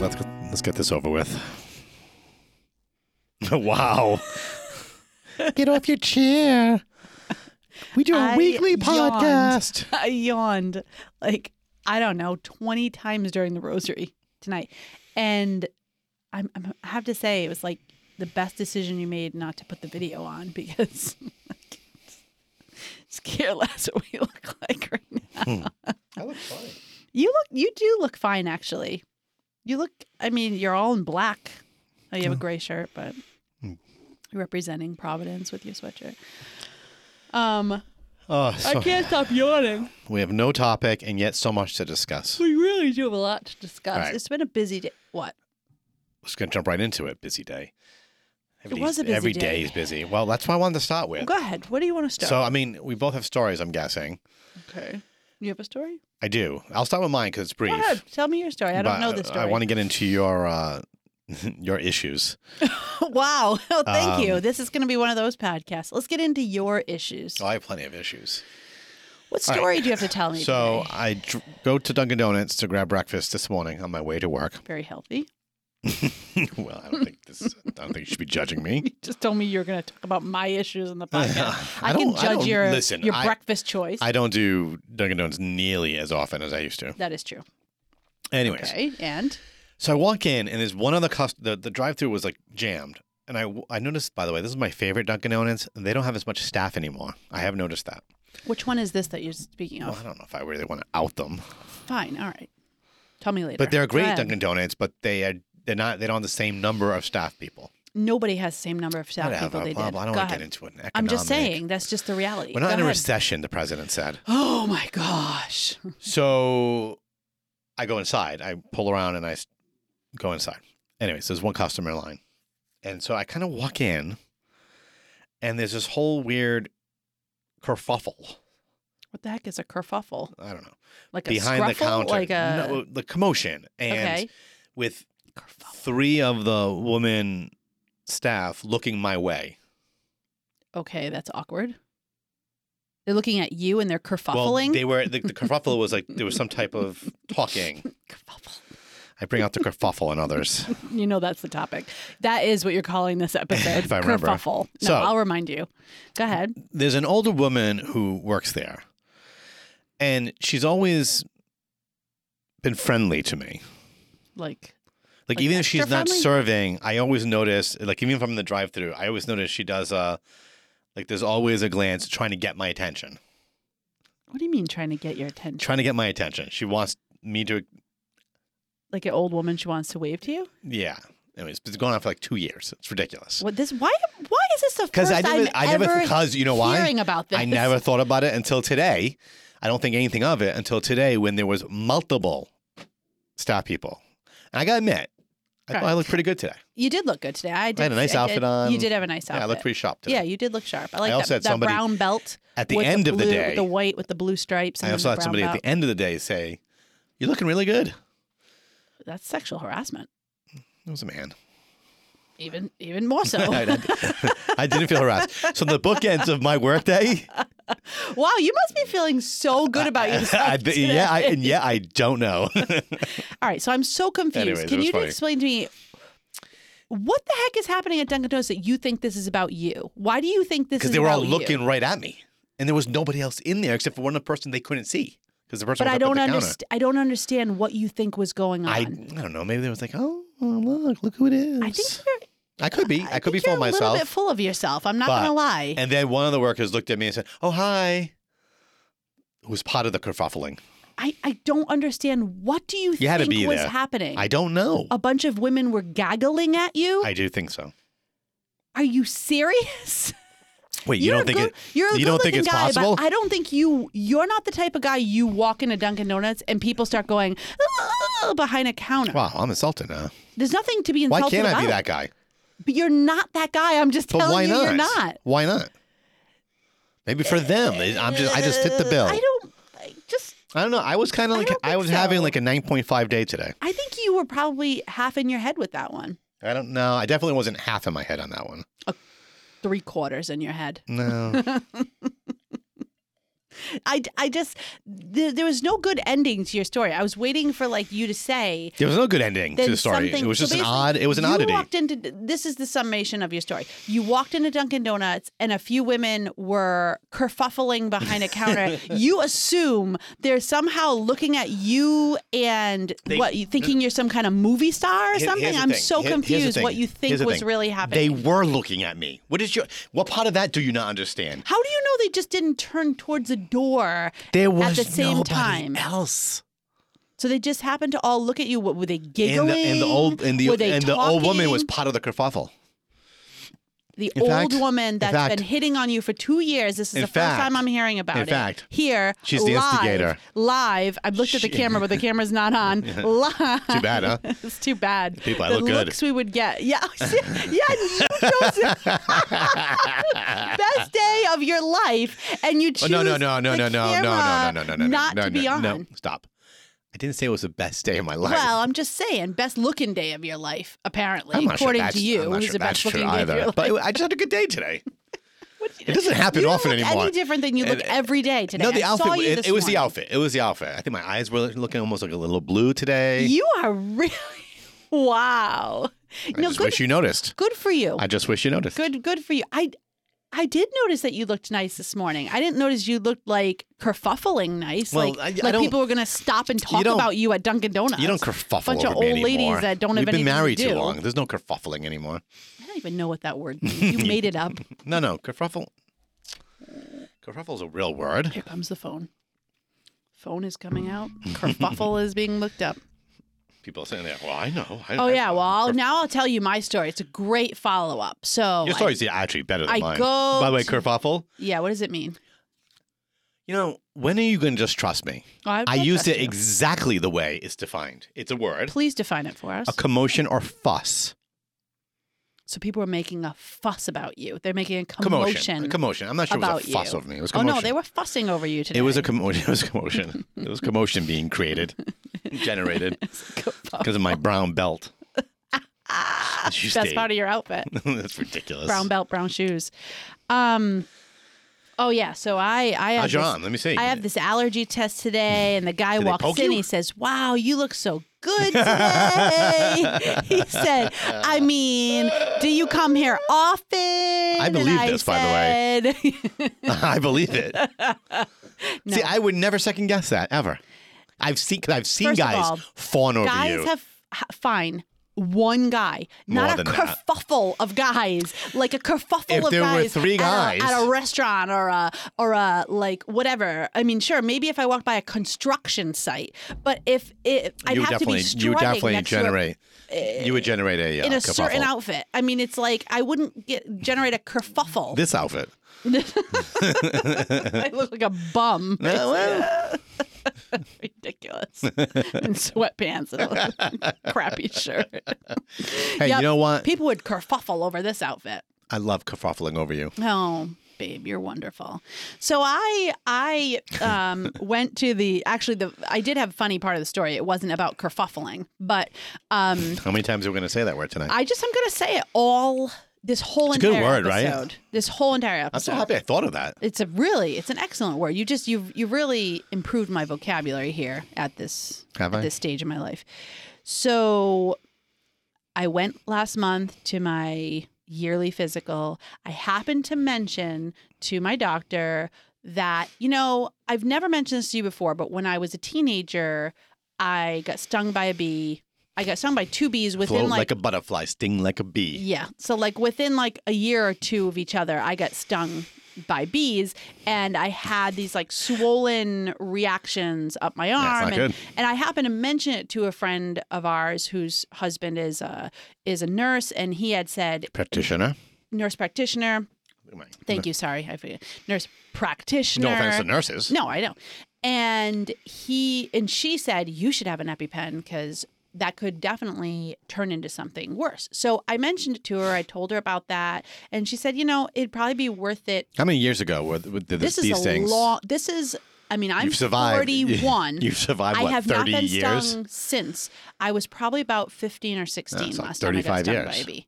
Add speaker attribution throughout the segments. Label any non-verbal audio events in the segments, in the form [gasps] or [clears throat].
Speaker 1: Let's get this over with. [laughs] wow. get off your chair. We do a
Speaker 2: I
Speaker 1: weekly
Speaker 2: yawned.
Speaker 1: podcast.
Speaker 2: [laughs] I yawned like I don't know twenty times during the rosary tonight, and I'm, I'm I have to say it was like the best decision you made not to put the video on because [laughs] I just care less what we look like [laughs] right now.
Speaker 1: I look fine.
Speaker 2: You look you do look fine actually. You look I mean you're all in black. Oh, you have a gray shirt, but you're representing Providence with your sweatshirt. Um,
Speaker 1: Oh, so-
Speaker 2: I can't stop yawning.
Speaker 1: we have no topic and yet so much to discuss.
Speaker 2: We really do have a lot to discuss.
Speaker 1: Right.
Speaker 2: It's been a busy day. What?
Speaker 1: Just gonna jump right into it. Busy day. Every
Speaker 2: It was a busy
Speaker 1: every
Speaker 2: day.
Speaker 1: day is busy. Well, that's what I wanted to start with.
Speaker 2: Go ahead. What do you want to start?
Speaker 1: So, I mean, we both have stories. I'm guessing.
Speaker 2: okay. You have a story?
Speaker 1: I do. I'll start with mine because it's brief.
Speaker 2: Go ahead. Tell me your story. I don't
Speaker 1: but
Speaker 2: know this story.
Speaker 1: I want to get into your uh, [laughs] your issues.
Speaker 2: [laughs] wow. Oh, thank you.
Speaker 1: Um,
Speaker 2: This is going to be one of those podcasts. Let's get into your issues.
Speaker 1: Oh, I have plenty of issues.
Speaker 2: What
Speaker 1: all right.
Speaker 2: story do you have to tell me?
Speaker 1: So
Speaker 2: today?
Speaker 1: I dr- go to Dunkin' Donuts to grab breakfast this morning on my way to work. [laughs]
Speaker 2: very healthy. [laughs]
Speaker 1: well, I don't think this. I don't think you should be judging me.
Speaker 2: You just told me you're going to talk about my issues in the
Speaker 1: [laughs]
Speaker 2: podcast.
Speaker 1: I
Speaker 2: I, can
Speaker 1: don't- I
Speaker 2: judge
Speaker 1: don't-
Speaker 2: your
Speaker 1: listen,
Speaker 2: your
Speaker 1: I-
Speaker 2: breakfast choice.
Speaker 1: I don't do Dunkin' Donuts nearly as often as I used to.
Speaker 2: that is true.
Speaker 1: Anyways,
Speaker 2: Okay. And
Speaker 1: so I walk in and there's one other cust. The, the drive-through was like jammed, and I w- I noticed by the way this is my favorite Dunkin' Donuts. They don't have as much staff anymore. I have noticed that.
Speaker 2: which one is this that you're speaking of?
Speaker 1: Well, I don't know if I really want to out them.
Speaker 2: Fine. All right. Tell me later.
Speaker 1: But they're a
Speaker 2: Go
Speaker 1: great
Speaker 2: ahead.
Speaker 1: Dunkin' Donuts, but they are they're not they don't have the same number of staff people.
Speaker 2: Nobody has the same number of staff
Speaker 1: Whatever,
Speaker 2: people they
Speaker 1: blah,
Speaker 2: did.
Speaker 1: blah. I don't
Speaker 2: Go
Speaker 1: want to
Speaker 2: ahead.
Speaker 1: get into an economic.
Speaker 2: I'm just saying that's just the reality.
Speaker 1: We're not
Speaker 2: Go
Speaker 1: in a
Speaker 2: ahead.
Speaker 1: recession, the president said.
Speaker 2: [gasps] Oh my gosh.
Speaker 1: So I go inside. I pull around and I s- go inside. Anyways, there's one customer in line. And so I kind of walk in and there's this whole weird kerfuffle.
Speaker 2: What the heck is a kerfuffle?
Speaker 1: I don't know.
Speaker 2: Like a
Speaker 1: Behind
Speaker 2: scruffle?
Speaker 1: the counter.
Speaker 2: Like a
Speaker 1: no, the commotion. And
Speaker 2: okay.
Speaker 1: with
Speaker 2: Kerfuffle.
Speaker 1: three of the woman staff looking my way.
Speaker 2: Okay, that's awkward. They're looking at you and they're kerfuffling.
Speaker 1: Well, they were the, the
Speaker 2: [laughs]
Speaker 1: kerfuffle was like there was some type of talking.
Speaker 2: kerfuffle.
Speaker 1: I bring out the kerfuffle and others.
Speaker 2: You know that's the topic. That is what you're
Speaker 1: [laughs]
Speaker 2: calling this episode.
Speaker 1: If I remember.
Speaker 2: kerfuffle. No,
Speaker 1: So-
Speaker 2: I'll remind you. Go ahead.
Speaker 1: There's an older woman who works there, and she's always been friendly to me.
Speaker 2: Like
Speaker 1: Like,
Speaker 2: Like
Speaker 1: even if
Speaker 2: extra
Speaker 1: she's not
Speaker 2: friendly?
Speaker 1: serving, I always notice. Like even if I'm in the drive-through, I always notice she does a like. There's always a glance trying to get my attention.
Speaker 2: what do you mean trying to get your attention?
Speaker 1: Trying to get my attention. She wants me to.
Speaker 2: Like an old woman she wants to wave to you?
Speaker 1: Yeah. Anyways, it's going on for like two years. It's ridiculous.
Speaker 2: What this why why is this the
Speaker 1: Because
Speaker 2: first
Speaker 1: I never,
Speaker 2: I'm
Speaker 1: I never,
Speaker 2: ever
Speaker 1: because you know why?
Speaker 2: hearing about this?
Speaker 1: I never thought about it until today. I don't think anything of it until today when there was multiple staff people. And I gotta admit, I thought
Speaker 2: Right.
Speaker 1: I looked pretty good today.
Speaker 2: You did look good today. I did.
Speaker 1: had a nice
Speaker 2: see- I
Speaker 1: outfit
Speaker 2: did-
Speaker 1: on.
Speaker 2: You did have a nice outfit.
Speaker 1: Yeah, I looked pretty sharp today.
Speaker 2: Yeah, you did look sharp. I like
Speaker 1: also
Speaker 2: that,
Speaker 1: had
Speaker 2: that
Speaker 1: somebody
Speaker 2: brown belt.
Speaker 1: At the
Speaker 2: with
Speaker 1: end of the
Speaker 2: blue-
Speaker 1: day,
Speaker 2: with the white with the blue stripes. And
Speaker 1: I
Speaker 2: then
Speaker 1: also
Speaker 2: the
Speaker 1: had
Speaker 2: brown
Speaker 1: somebody
Speaker 2: belt.
Speaker 1: at the end of the day say, "You're looking really good."
Speaker 2: That's sexual harassment.
Speaker 1: It was a man. [laughs]
Speaker 2: Even even more so.
Speaker 1: I, I- I didn't feel harassed. So the bookends of my
Speaker 2: [laughs]
Speaker 1: workday,
Speaker 2: wow, you must be feeling so good about
Speaker 1: [laughs]
Speaker 2: yourself.
Speaker 1: I-
Speaker 2: today.
Speaker 1: yeah, I, and yeah, I don't
Speaker 2: [laughs]
Speaker 1: know.
Speaker 2: All right, so I'm so confused.
Speaker 1: Anyways, it
Speaker 2: Can
Speaker 1: was
Speaker 2: you
Speaker 1: funny.
Speaker 2: explain to me what the heck is happening at Dunkin' Donuts that you think this is about you? Why do you think this?
Speaker 1: because
Speaker 2: is
Speaker 1: they were all
Speaker 2: about you?
Speaker 1: looking right at me, and there was nobody else in there except for one other person they couldn't see because the person.
Speaker 2: But
Speaker 1: was up
Speaker 2: I
Speaker 1: at
Speaker 2: don't
Speaker 1: the counter.
Speaker 2: understand. I don't understand what you think was going on.
Speaker 1: I I don't know. Maybe they was like, oh, oh, look, look who it is.
Speaker 2: I think you're
Speaker 1: I could be. I, could be
Speaker 2: think
Speaker 1: for
Speaker 2: you're A little bit
Speaker 1: myself.
Speaker 2: full of yourself. I'm not
Speaker 1: But-
Speaker 2: gonna lie.
Speaker 1: And then one of the workers looked at me and said, "Oh, hi." It was part of the kerfuffling.
Speaker 2: I, I don't understand. What do you,
Speaker 1: You
Speaker 2: think
Speaker 1: had to be
Speaker 2: was
Speaker 1: there.
Speaker 2: happening?
Speaker 1: I
Speaker 2: A
Speaker 1: don't know.
Speaker 2: bunch of women were gaggling at you.
Speaker 1: I do think so.
Speaker 2: Are you serious?
Speaker 1: Wait, you
Speaker 2: You're
Speaker 1: don't
Speaker 2: a
Speaker 1: think
Speaker 2: good,
Speaker 1: it?
Speaker 2: you're a
Speaker 1: you don't think
Speaker 2: good-looking
Speaker 1: it's
Speaker 2: guy, but
Speaker 1: possible?
Speaker 2: I don't think you you're not the type of guy you walk into Dunkin' Donuts and people start going "Ah," behind a counter.
Speaker 1: Wow, I'm insulted now.
Speaker 2: There's nothing to be
Speaker 1: Why
Speaker 2: insulted
Speaker 1: can't
Speaker 2: about.
Speaker 1: I be that guy?
Speaker 2: But you're not that guy. I'm just
Speaker 1: But
Speaker 2: telling
Speaker 1: why
Speaker 2: you,
Speaker 1: not?
Speaker 2: you're not.
Speaker 1: Why not? Maybe for them, they- I'm just I just fit the bill.
Speaker 2: Uh, I don't. I just
Speaker 1: I don't know. I was kind of
Speaker 2: I
Speaker 1: like
Speaker 2: don't
Speaker 1: I,
Speaker 2: think
Speaker 1: was having
Speaker 2: so.
Speaker 1: like a 9.5 day today.
Speaker 2: I think you were probably half in your head with that one.
Speaker 1: I don't know. I definitely wasn't half in my head on that one.
Speaker 2: Three quarters in your head.
Speaker 1: No.
Speaker 2: I, I just there, there was no good ending to your story. I was waiting for like you to say
Speaker 1: There was no good ending to
Speaker 2: then
Speaker 1: the story. It
Speaker 2: something-
Speaker 1: was
Speaker 2: so
Speaker 1: just an
Speaker 2: basically,
Speaker 1: odd. It was an oddity.
Speaker 2: You walked into this is the summation of your story. You walked into Dunkin' Donuts and a few women were kerfuffling behind
Speaker 1: [laughs]
Speaker 2: a counter. you assume they're somehow looking at you and
Speaker 1: They-
Speaker 2: what you thinking you're some kind of movie star or
Speaker 1: Here-
Speaker 2: something.
Speaker 1: here's the
Speaker 2: I'm
Speaker 1: thing.
Speaker 2: so
Speaker 1: Here- here's the
Speaker 2: confused.
Speaker 1: thing.
Speaker 2: What you think
Speaker 1: Here's the
Speaker 2: was
Speaker 1: thing.
Speaker 2: really
Speaker 1: They
Speaker 2: happening?
Speaker 1: were looking at me. What is your? What part of that do you not understand?
Speaker 2: How do you know they just didn't turn towards a door?
Speaker 1: There was
Speaker 2: the same
Speaker 1: nobody
Speaker 2: time.
Speaker 1: else.
Speaker 2: So they just happened to all look at you. What were they
Speaker 1: And
Speaker 2: giggling?
Speaker 1: the, and the old and the
Speaker 2: Were they
Speaker 1: and the old woman was
Speaker 2: talking?
Speaker 1: part of the kerfuffle.
Speaker 2: the
Speaker 1: In
Speaker 2: old
Speaker 1: fact-
Speaker 2: woman
Speaker 1: in
Speaker 2: that's
Speaker 1: fact-
Speaker 2: been hitting on you for two years. This is
Speaker 1: In
Speaker 2: the
Speaker 1: fact-
Speaker 2: first time I'm hearing about
Speaker 1: in
Speaker 2: it.
Speaker 1: fact,
Speaker 2: here
Speaker 1: she's the
Speaker 2: live,
Speaker 1: instigator.
Speaker 2: Live, I've looked at the
Speaker 1: She- [laughs]
Speaker 2: camera, but the camera's not on. Live.
Speaker 1: Too bad, huh?
Speaker 2: [laughs]
Speaker 1: Oh,
Speaker 2: it's too bad.
Speaker 1: People, I
Speaker 2: the
Speaker 1: look good.
Speaker 2: looks we would get. Yeah, [laughs] yeah.
Speaker 1: [laughs]
Speaker 2: You chose it. best day of your life, and you
Speaker 1: Oh,
Speaker 2: choose
Speaker 1: no, no, no, no,
Speaker 2: the
Speaker 1: no, no, no, no, no,
Speaker 2: camera
Speaker 1: no, no, no,
Speaker 2: not
Speaker 1: no,
Speaker 2: to be
Speaker 1: no,
Speaker 2: on.
Speaker 1: No, stop. I didn't say it was the best day of my life.
Speaker 2: Well, I'm just saying, best looking day of your life, apparently,
Speaker 1: I'm not sure
Speaker 2: according
Speaker 1: that's-
Speaker 2: to you,
Speaker 1: I'm not
Speaker 2: who's
Speaker 1: sure
Speaker 2: the
Speaker 1: that's
Speaker 2: best
Speaker 1: true
Speaker 2: looking day of your
Speaker 1: either.
Speaker 2: life.
Speaker 1: But I just had a good day
Speaker 2: [laughs]
Speaker 1: today. It doesn't happen
Speaker 2: you don't
Speaker 1: often
Speaker 2: look
Speaker 1: anymore.
Speaker 2: Any different than you look every day today.
Speaker 1: no, the
Speaker 2: I
Speaker 1: outfit.
Speaker 2: Saw you
Speaker 1: it,
Speaker 2: this
Speaker 1: it was the
Speaker 2: morning.
Speaker 1: outfit. It was the outfit. I think my eyes were looking almost like a little blue today.
Speaker 2: You are really [laughs] wow.
Speaker 1: I
Speaker 2: no,
Speaker 1: just
Speaker 2: good,
Speaker 1: wish you noticed.
Speaker 2: good for you.
Speaker 1: I just wish you noticed.
Speaker 2: good, good for you. I, I did notice that you looked nice this morning. I didn't notice you looked like kerfuffling nice.
Speaker 1: Well,
Speaker 2: like,
Speaker 1: I- I
Speaker 2: like
Speaker 1: don't-
Speaker 2: people were gonna stop and talk
Speaker 1: don't-
Speaker 2: about you at Dunkin' Donuts.
Speaker 1: You don't kerfuffle
Speaker 2: Bunch of
Speaker 1: over me
Speaker 2: old ladies
Speaker 1: anymore.
Speaker 2: that don't have
Speaker 1: We've
Speaker 2: anything
Speaker 1: been
Speaker 2: to
Speaker 1: married
Speaker 2: do.
Speaker 1: too long. There's no kerfuffling anymore.
Speaker 2: I don't even know what
Speaker 1: [laughs]
Speaker 2: that word means. You made it up.
Speaker 1: No, no, kerfuffle. Kerfuffle is a real word.
Speaker 2: Here comes the phone. Phone is coming out. Kerfuffle is being
Speaker 1: [laughs]
Speaker 2: looked up.
Speaker 1: People are saying that. Well, I know. I,
Speaker 2: Oh
Speaker 1: I-
Speaker 2: yeah, well I'll,
Speaker 1: kerf-
Speaker 2: now I'll tell you my story. It's a great follow up. So
Speaker 1: your
Speaker 2: I-
Speaker 1: story's actually better than
Speaker 2: I
Speaker 1: mine.
Speaker 2: go
Speaker 1: By the way,
Speaker 2: to-
Speaker 1: kerfuffle.
Speaker 2: yeah, what does it mean?
Speaker 1: You know, when are you going to just trust me?
Speaker 2: Oh, I,
Speaker 1: I
Speaker 2: will
Speaker 1: used
Speaker 2: trust
Speaker 1: it
Speaker 2: you.
Speaker 1: exactly the way it's defined. It's a word.
Speaker 2: Please define it for us.
Speaker 1: A commotion or fuss.
Speaker 2: So people were making a fuss about you. They're making a commotion.
Speaker 1: Commotion. A commotion. I'm not sure
Speaker 2: about
Speaker 1: it was a fuss
Speaker 2: you.
Speaker 1: over me. It was
Speaker 2: oh
Speaker 1: commotion.
Speaker 2: no, they were fussing over you today.
Speaker 1: It
Speaker 2: [laughs]
Speaker 1: was a commotion. [laughs] It was a commotion. it was commotion being created, generated [laughs] because of my brown belt. [laughs]
Speaker 2: Ah,
Speaker 1: Did you
Speaker 2: best
Speaker 1: stay?
Speaker 2: part of your outfit.
Speaker 1: That's ridiculous.
Speaker 2: Brown belt, brown shoes. Um. Oh yeah. So I I have
Speaker 1: How's your
Speaker 2: this-
Speaker 1: arm? Let me see.
Speaker 2: I have this allergy test today, and the guy
Speaker 1: Did they
Speaker 2: walks
Speaker 1: poke
Speaker 2: in.
Speaker 1: you?
Speaker 2: He says, "Wow, you look so good today." [laughs] he said,
Speaker 1: Uh.
Speaker 2: "I mean, do you come here often?" I
Speaker 1: believe this, by the way.
Speaker 2: by the way.
Speaker 1: [laughs] I believe
Speaker 2: [laughs]
Speaker 1: it. See, I would never second guess that ever. I've seen i I've seen
Speaker 2: First of
Speaker 1: guys
Speaker 2: all,
Speaker 1: fawn over
Speaker 2: [laughs] guys
Speaker 1: you.
Speaker 2: have ha- fine one guy,
Speaker 1: More
Speaker 2: not a
Speaker 1: than that.
Speaker 2: kerfuffle of guys, like a kerfuffle
Speaker 1: If
Speaker 2: of
Speaker 1: there were
Speaker 2: guys,
Speaker 1: three
Speaker 2: at a-
Speaker 1: guys-
Speaker 2: at a, restaurant or a or a like whatever. I mean, sure, maybe if I walked by a construction site, but if it, I'd
Speaker 1: you would
Speaker 2: have to be
Speaker 1: definitely
Speaker 2: strutting
Speaker 1: you would definitely
Speaker 2: next to a-
Speaker 1: generate you would generate a uh,
Speaker 2: in a certain
Speaker 1: kerfuffle.
Speaker 2: outfit. I mean, it's like I wouldn't get generate
Speaker 1: [laughs]
Speaker 2: a kerfuffle.
Speaker 1: this
Speaker 2: [laughs]
Speaker 1: outfit.
Speaker 2: I look like a
Speaker 1: [laughs]
Speaker 2: bum.
Speaker 1: Uh, well,
Speaker 2: Ridiculous. [laughs] in sweatpants and a [laughs] crappy shirt.
Speaker 1: hey,
Speaker 2: Yep.
Speaker 1: you know what?
Speaker 2: People would kerfuffle over this outfit.
Speaker 1: I love kerfuffling over you.
Speaker 2: Oh, babe, you're wonderful. So I I
Speaker 1: [laughs]
Speaker 2: um went to the actually the I did have a funny part of the story. It wasn't about kerfuffling, but um
Speaker 1: How many times are we going to say that word tonight?
Speaker 2: I just am gonna say it all this whole
Speaker 1: It's a good
Speaker 2: entire
Speaker 1: word, right?
Speaker 2: episode. This whole entire
Speaker 1: I'm so
Speaker 2: episode.
Speaker 1: happy I thought of that.
Speaker 2: It's a really it's an excellent word. You just you've you really improved my vocabulary here at this
Speaker 1: Have I?
Speaker 2: at this stage in my life. So I went last month to my yearly physical. I happened to mention to my doctor that, you know, I've never mentioned this to you before, but when I was a teenager, I got stung by a bee. I got stung by two bees within
Speaker 1: Float like,
Speaker 2: like
Speaker 1: a butterfly, sting like a bee.
Speaker 2: yeah. So like within like a year or two of each other, I got stung by bees and I had these like swollen reactions up my
Speaker 1: That's
Speaker 2: arm.
Speaker 1: not
Speaker 2: and,
Speaker 1: good.
Speaker 2: and I happened to mention it to a friend of ours whose husband is a is a nurse and he had said
Speaker 1: Practitioner.
Speaker 2: nurse practitioner.
Speaker 1: Am I-
Speaker 2: Thank you, sorry, I forget. Nurse practitioner.
Speaker 1: No offense to nurses.
Speaker 2: No, I know. And he and she said you should have an EpiPen because that could definitely turn into something worse. So I mentioned it to her. I told her about that, and she said, you know, it'd probably be worth it.
Speaker 1: How many years ago were, were, did
Speaker 2: This,
Speaker 1: these
Speaker 2: is a
Speaker 1: things?
Speaker 2: long. This is. I mean, I'm
Speaker 1: You've survived. [laughs]
Speaker 2: 41.
Speaker 1: You've survived what
Speaker 2: I have
Speaker 1: 30
Speaker 2: not been
Speaker 1: years.
Speaker 2: stung since. I was probably about 15 or 16
Speaker 1: That's like
Speaker 2: last time I got
Speaker 1: 35
Speaker 2: stung by
Speaker 1: years.
Speaker 2: a bee.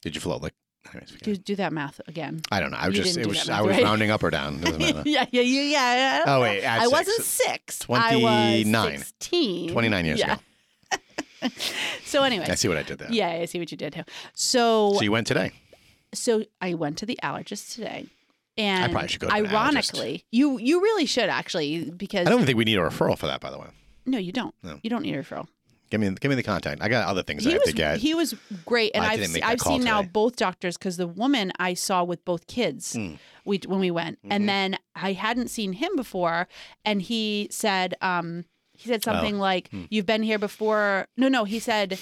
Speaker 1: Did you float like Anyways, forget
Speaker 2: Do,
Speaker 1: it.
Speaker 2: do that math again.
Speaker 1: I don't know. I was
Speaker 2: you
Speaker 1: just
Speaker 2: didn't
Speaker 1: it
Speaker 2: do
Speaker 1: was
Speaker 2: that math,
Speaker 1: I was
Speaker 2: right?
Speaker 1: rounding up or down. Doesn't
Speaker 2: yeah,
Speaker 1: matter.
Speaker 2: [laughs] yeah, yeah, yeah. I don't
Speaker 1: uh, Oh
Speaker 2: know.
Speaker 1: wait, add
Speaker 2: I
Speaker 1: 6
Speaker 2: wasn't six. I
Speaker 1: 29.
Speaker 2: was 16.
Speaker 1: 29 years
Speaker 2: yeah.
Speaker 1: ago.
Speaker 2: So anyway,
Speaker 1: I see what I did there.
Speaker 2: yeah, I see what you did too. So,
Speaker 1: So you went today.
Speaker 2: so I went to the allergist today, and
Speaker 1: probably should go to an allergist.
Speaker 2: ironically, you you really should actually because
Speaker 1: I don't think we need a referral for that, by the way.
Speaker 2: no, you don't.
Speaker 1: No.
Speaker 2: You don't need a referral.
Speaker 1: Give me give me the contact. I got other things I
Speaker 2: He
Speaker 1: have to
Speaker 2: was,
Speaker 1: get.
Speaker 2: he was great, and
Speaker 1: I
Speaker 2: I've
Speaker 1: didn't
Speaker 2: se-
Speaker 1: make that
Speaker 2: I've
Speaker 1: call
Speaker 2: seen now
Speaker 1: today.
Speaker 2: both doctors because the woman I saw with both kids
Speaker 1: Mm.
Speaker 2: we when we went,
Speaker 1: Mhm.
Speaker 2: and then I hadn't seen him before, and he said um he said something like
Speaker 1: hmm.
Speaker 2: you've been here before. No, no, he said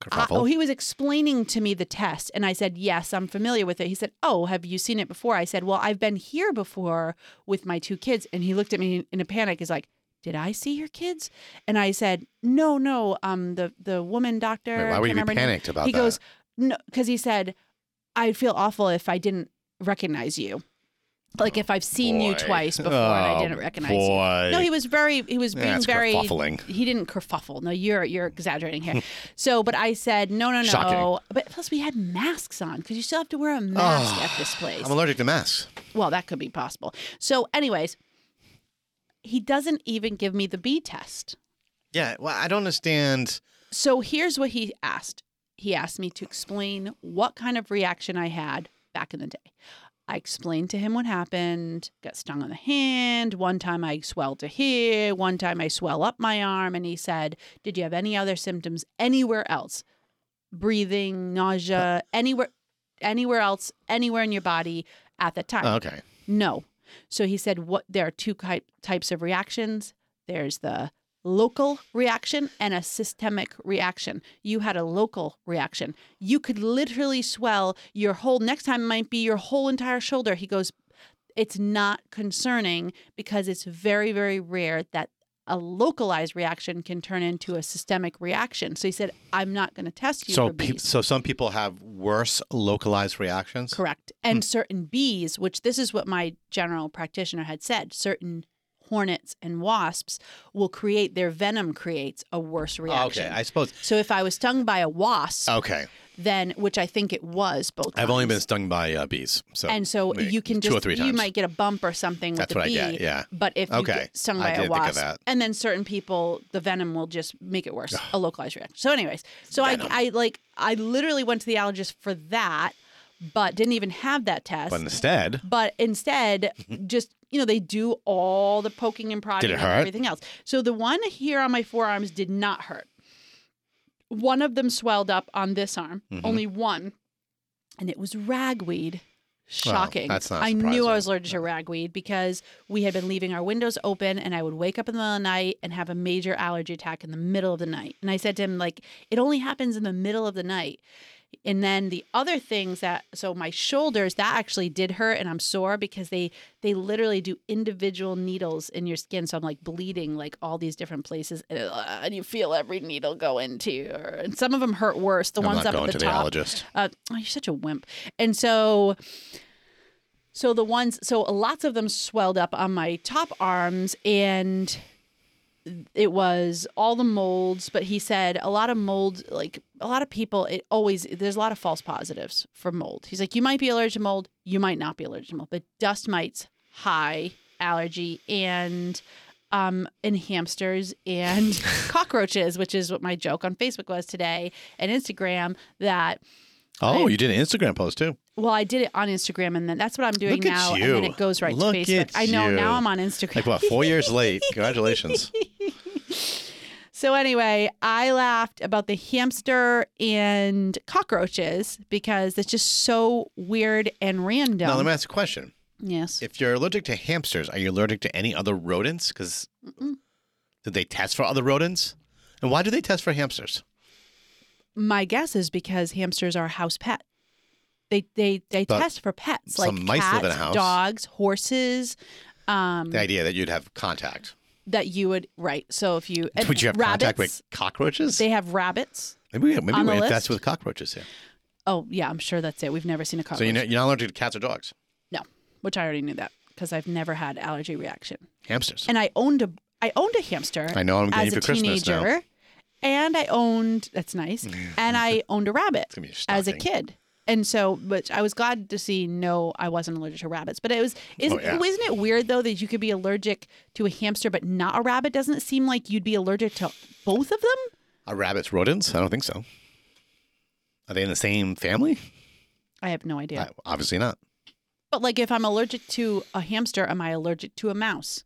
Speaker 2: I-
Speaker 1: Kerfuffle.
Speaker 2: oh he was explaining to me the test, and I said yes, I'm familiar with it. He said oh have you seen it before? I said well I've been here before with my two kids, and he looked at me in a panic. He's like. Did I see your kids? And I said, No, no. Um, the the woman doctor.
Speaker 1: Wait, why would you
Speaker 2: can't
Speaker 1: be
Speaker 2: remember her name."
Speaker 1: panicked about
Speaker 2: he
Speaker 1: that?
Speaker 2: goes no because he said i'd feel awful if i didn't recognize you like if i've seen you
Speaker 1: Boy.
Speaker 2: twice before and i
Speaker 1: [laughs] Oh,
Speaker 2: didn't recognize you
Speaker 1: boy.
Speaker 2: no he was very he was being
Speaker 1: That's
Speaker 2: very
Speaker 1: kerfuffling.
Speaker 2: he didn't kerfuffle no you're you're
Speaker 1: [laughs]
Speaker 2: exaggerating here so but i said no no no
Speaker 1: Shocking.
Speaker 2: but plus we had masks on because you still have to wear a mask at this place
Speaker 1: Ah, I'm allergic to masks.
Speaker 2: well that could be possible so anyways he doesn't even give me the b test
Speaker 1: Yeah, well, I don't understand.
Speaker 2: So here's what he asked. He asked me to explain what kind of reaction I had back in the day. I explained to him what happened, got stung on the hand. One time I swelled to here, one time I swell up my arm. And he said, Did you have any other symptoms anywhere else? Breathing, nausea, anywhere anywhere else, anywhere in your body at that time.
Speaker 1: Oh, okay.
Speaker 2: No. So he said what there are two ki- types of reactions. There's the local reaction and a systemic reaction. You had a local reaction. You could literally swell your whole next time might be your whole entire shoulder. He goes it's not concerning because it's very very rare that a localized reaction can turn into a systemic reaction. So he said I'm not going to test you
Speaker 1: So,
Speaker 2: for
Speaker 1: pe-
Speaker 2: these.
Speaker 1: so some people have worse localized reactions.
Speaker 2: Correct. And
Speaker 1: Hmm.
Speaker 2: certain bees, which this is what my general practitioner had said, certain hornets and wasps will create their venom creates a worse
Speaker 1: Oh,
Speaker 2: reaction.
Speaker 1: okay, I suppose.
Speaker 2: so if I was stung by a wasp,
Speaker 1: Okay,
Speaker 2: then which I think it was both.
Speaker 1: I've only been
Speaker 2: times,
Speaker 1: stung by uh, bees, so
Speaker 2: and so
Speaker 1: maybe
Speaker 2: you can
Speaker 1: two
Speaker 2: just
Speaker 1: or three
Speaker 2: you
Speaker 1: times.
Speaker 2: might get a bump or something
Speaker 1: that's
Speaker 2: with the
Speaker 1: what I
Speaker 2: bee.
Speaker 1: get. Yeah,
Speaker 2: But if you
Speaker 1: Okay.
Speaker 2: get stung
Speaker 1: I
Speaker 2: by a
Speaker 1: didn't think of
Speaker 2: wasp,
Speaker 1: that.
Speaker 2: and then certain people, the venom will just make
Speaker 1: [sighs]
Speaker 2: it worse, a localized reaction. So, anyways, so I,
Speaker 1: Venom.
Speaker 2: I like I literally went to the allergist for that, but didn't even have that test.
Speaker 1: but instead,
Speaker 2: But instead, just you know, they do all the poking and prodding
Speaker 1: Did it
Speaker 2: and
Speaker 1: hurt?
Speaker 2: everything else. So the one here on my forearms did not hurt. One of them swelled up on this arm,
Speaker 1: Mhm.
Speaker 2: only one, and it was ragweed. Shocking.
Speaker 1: that's not
Speaker 2: I knew I
Speaker 1: surprising.
Speaker 2: was allergic to ragweed because we had been leaving our windows open and I would wake up in the middle of the night and have a major allergy attack in the middle of the night. And I said to him, like, it only happens in the middle of the night. And then the other things that so my shoulders that actually did hurt and I'm sore because they they literally do individual needles in your skin so I'm like bleeding like all these different places and, uh, and you feel every needle go into you and some of them hurt worse the
Speaker 1: I'm
Speaker 2: ones
Speaker 1: not
Speaker 2: up
Speaker 1: going
Speaker 2: at
Speaker 1: to
Speaker 2: the
Speaker 1: the
Speaker 2: top [laughs]
Speaker 1: allergist.
Speaker 2: uh, oh, you're such a wimp. And so, so the ones, so lots of them swelled up on my top arms, and it was all the molds. But he said a lot of mold, like a lot of people, it always there's a lot of false positives for mold. He's like, you might be allergic to mold, you might not be allergic to mold, but dust mites, high allergy, and um, and hamsters and cockroaches, which is what my joke on Facebook was today and Instagram that
Speaker 1: Oh, you did an Instagram post too.
Speaker 2: well, I did it on Instagram, and then that's what I'm doing
Speaker 1: Look at
Speaker 2: now, and then
Speaker 1: you.
Speaker 2: it goes right
Speaker 1: Look
Speaker 2: to Facebook.
Speaker 1: at
Speaker 2: I know
Speaker 1: you.
Speaker 2: now I'm on Instagram.
Speaker 1: Like what? Four years
Speaker 2: [laughs]
Speaker 1: late. Congratulations.
Speaker 2: So anyway, I laughed about the hamster and cockroaches because it's just so weird and random.
Speaker 1: Now let me ask a question.
Speaker 2: yes,
Speaker 1: If you're allergic to hamsters, are you allergic to any other rodents? Because
Speaker 2: Mm-mm.
Speaker 1: did they test for other rodents? And why do they test for hamsters?
Speaker 2: my guess is because hamsters are a house pet. They they they
Speaker 1: But
Speaker 2: test for pets
Speaker 1: some
Speaker 2: like
Speaker 1: mice
Speaker 2: cats,
Speaker 1: live in a house.
Speaker 2: dogs, horses. Um,
Speaker 1: The idea that you'd have contact.
Speaker 2: that you would right. So if you and
Speaker 1: [laughs] Would you have
Speaker 2: rabbits,
Speaker 1: contact with cockroaches?
Speaker 2: they have rabbits.
Speaker 1: maybe we- maybe
Speaker 2: on the
Speaker 1: we-
Speaker 2: list?
Speaker 1: that's with cockroaches here.
Speaker 2: Oh yeah, I'm sure that's it. We've never seen a cockroach.
Speaker 1: So you're not, you're not allergic to cats or dogs,
Speaker 2: No, which I already knew that because I've never had allergy reaction.
Speaker 1: hamsters.
Speaker 2: And I owned a I owned a hamster
Speaker 1: I know what I'm getting
Speaker 2: as
Speaker 1: you
Speaker 2: a
Speaker 1: for Christmas now. [laughs]
Speaker 2: teenager, and I owned that's nice, and I owned a rabbit
Speaker 1: It's gonna be a
Speaker 2: as a
Speaker 1: stocking.
Speaker 2: kid. and so, but I was glad to see no, I wasn't allergic to rabbits. But it was, isn't,
Speaker 1: Oh, yeah.
Speaker 2: isn't it weird though that you could be allergic to a hamster but not a rabbit? Doesn't it seem like you'd be allergic to both of them?
Speaker 1: Are rabbits rodents? I don't think so. Are they in the same family?
Speaker 2: I have no idea.
Speaker 1: I- obviously not.
Speaker 2: But like, if I'm allergic to a hamster, am I allergic to a mouse?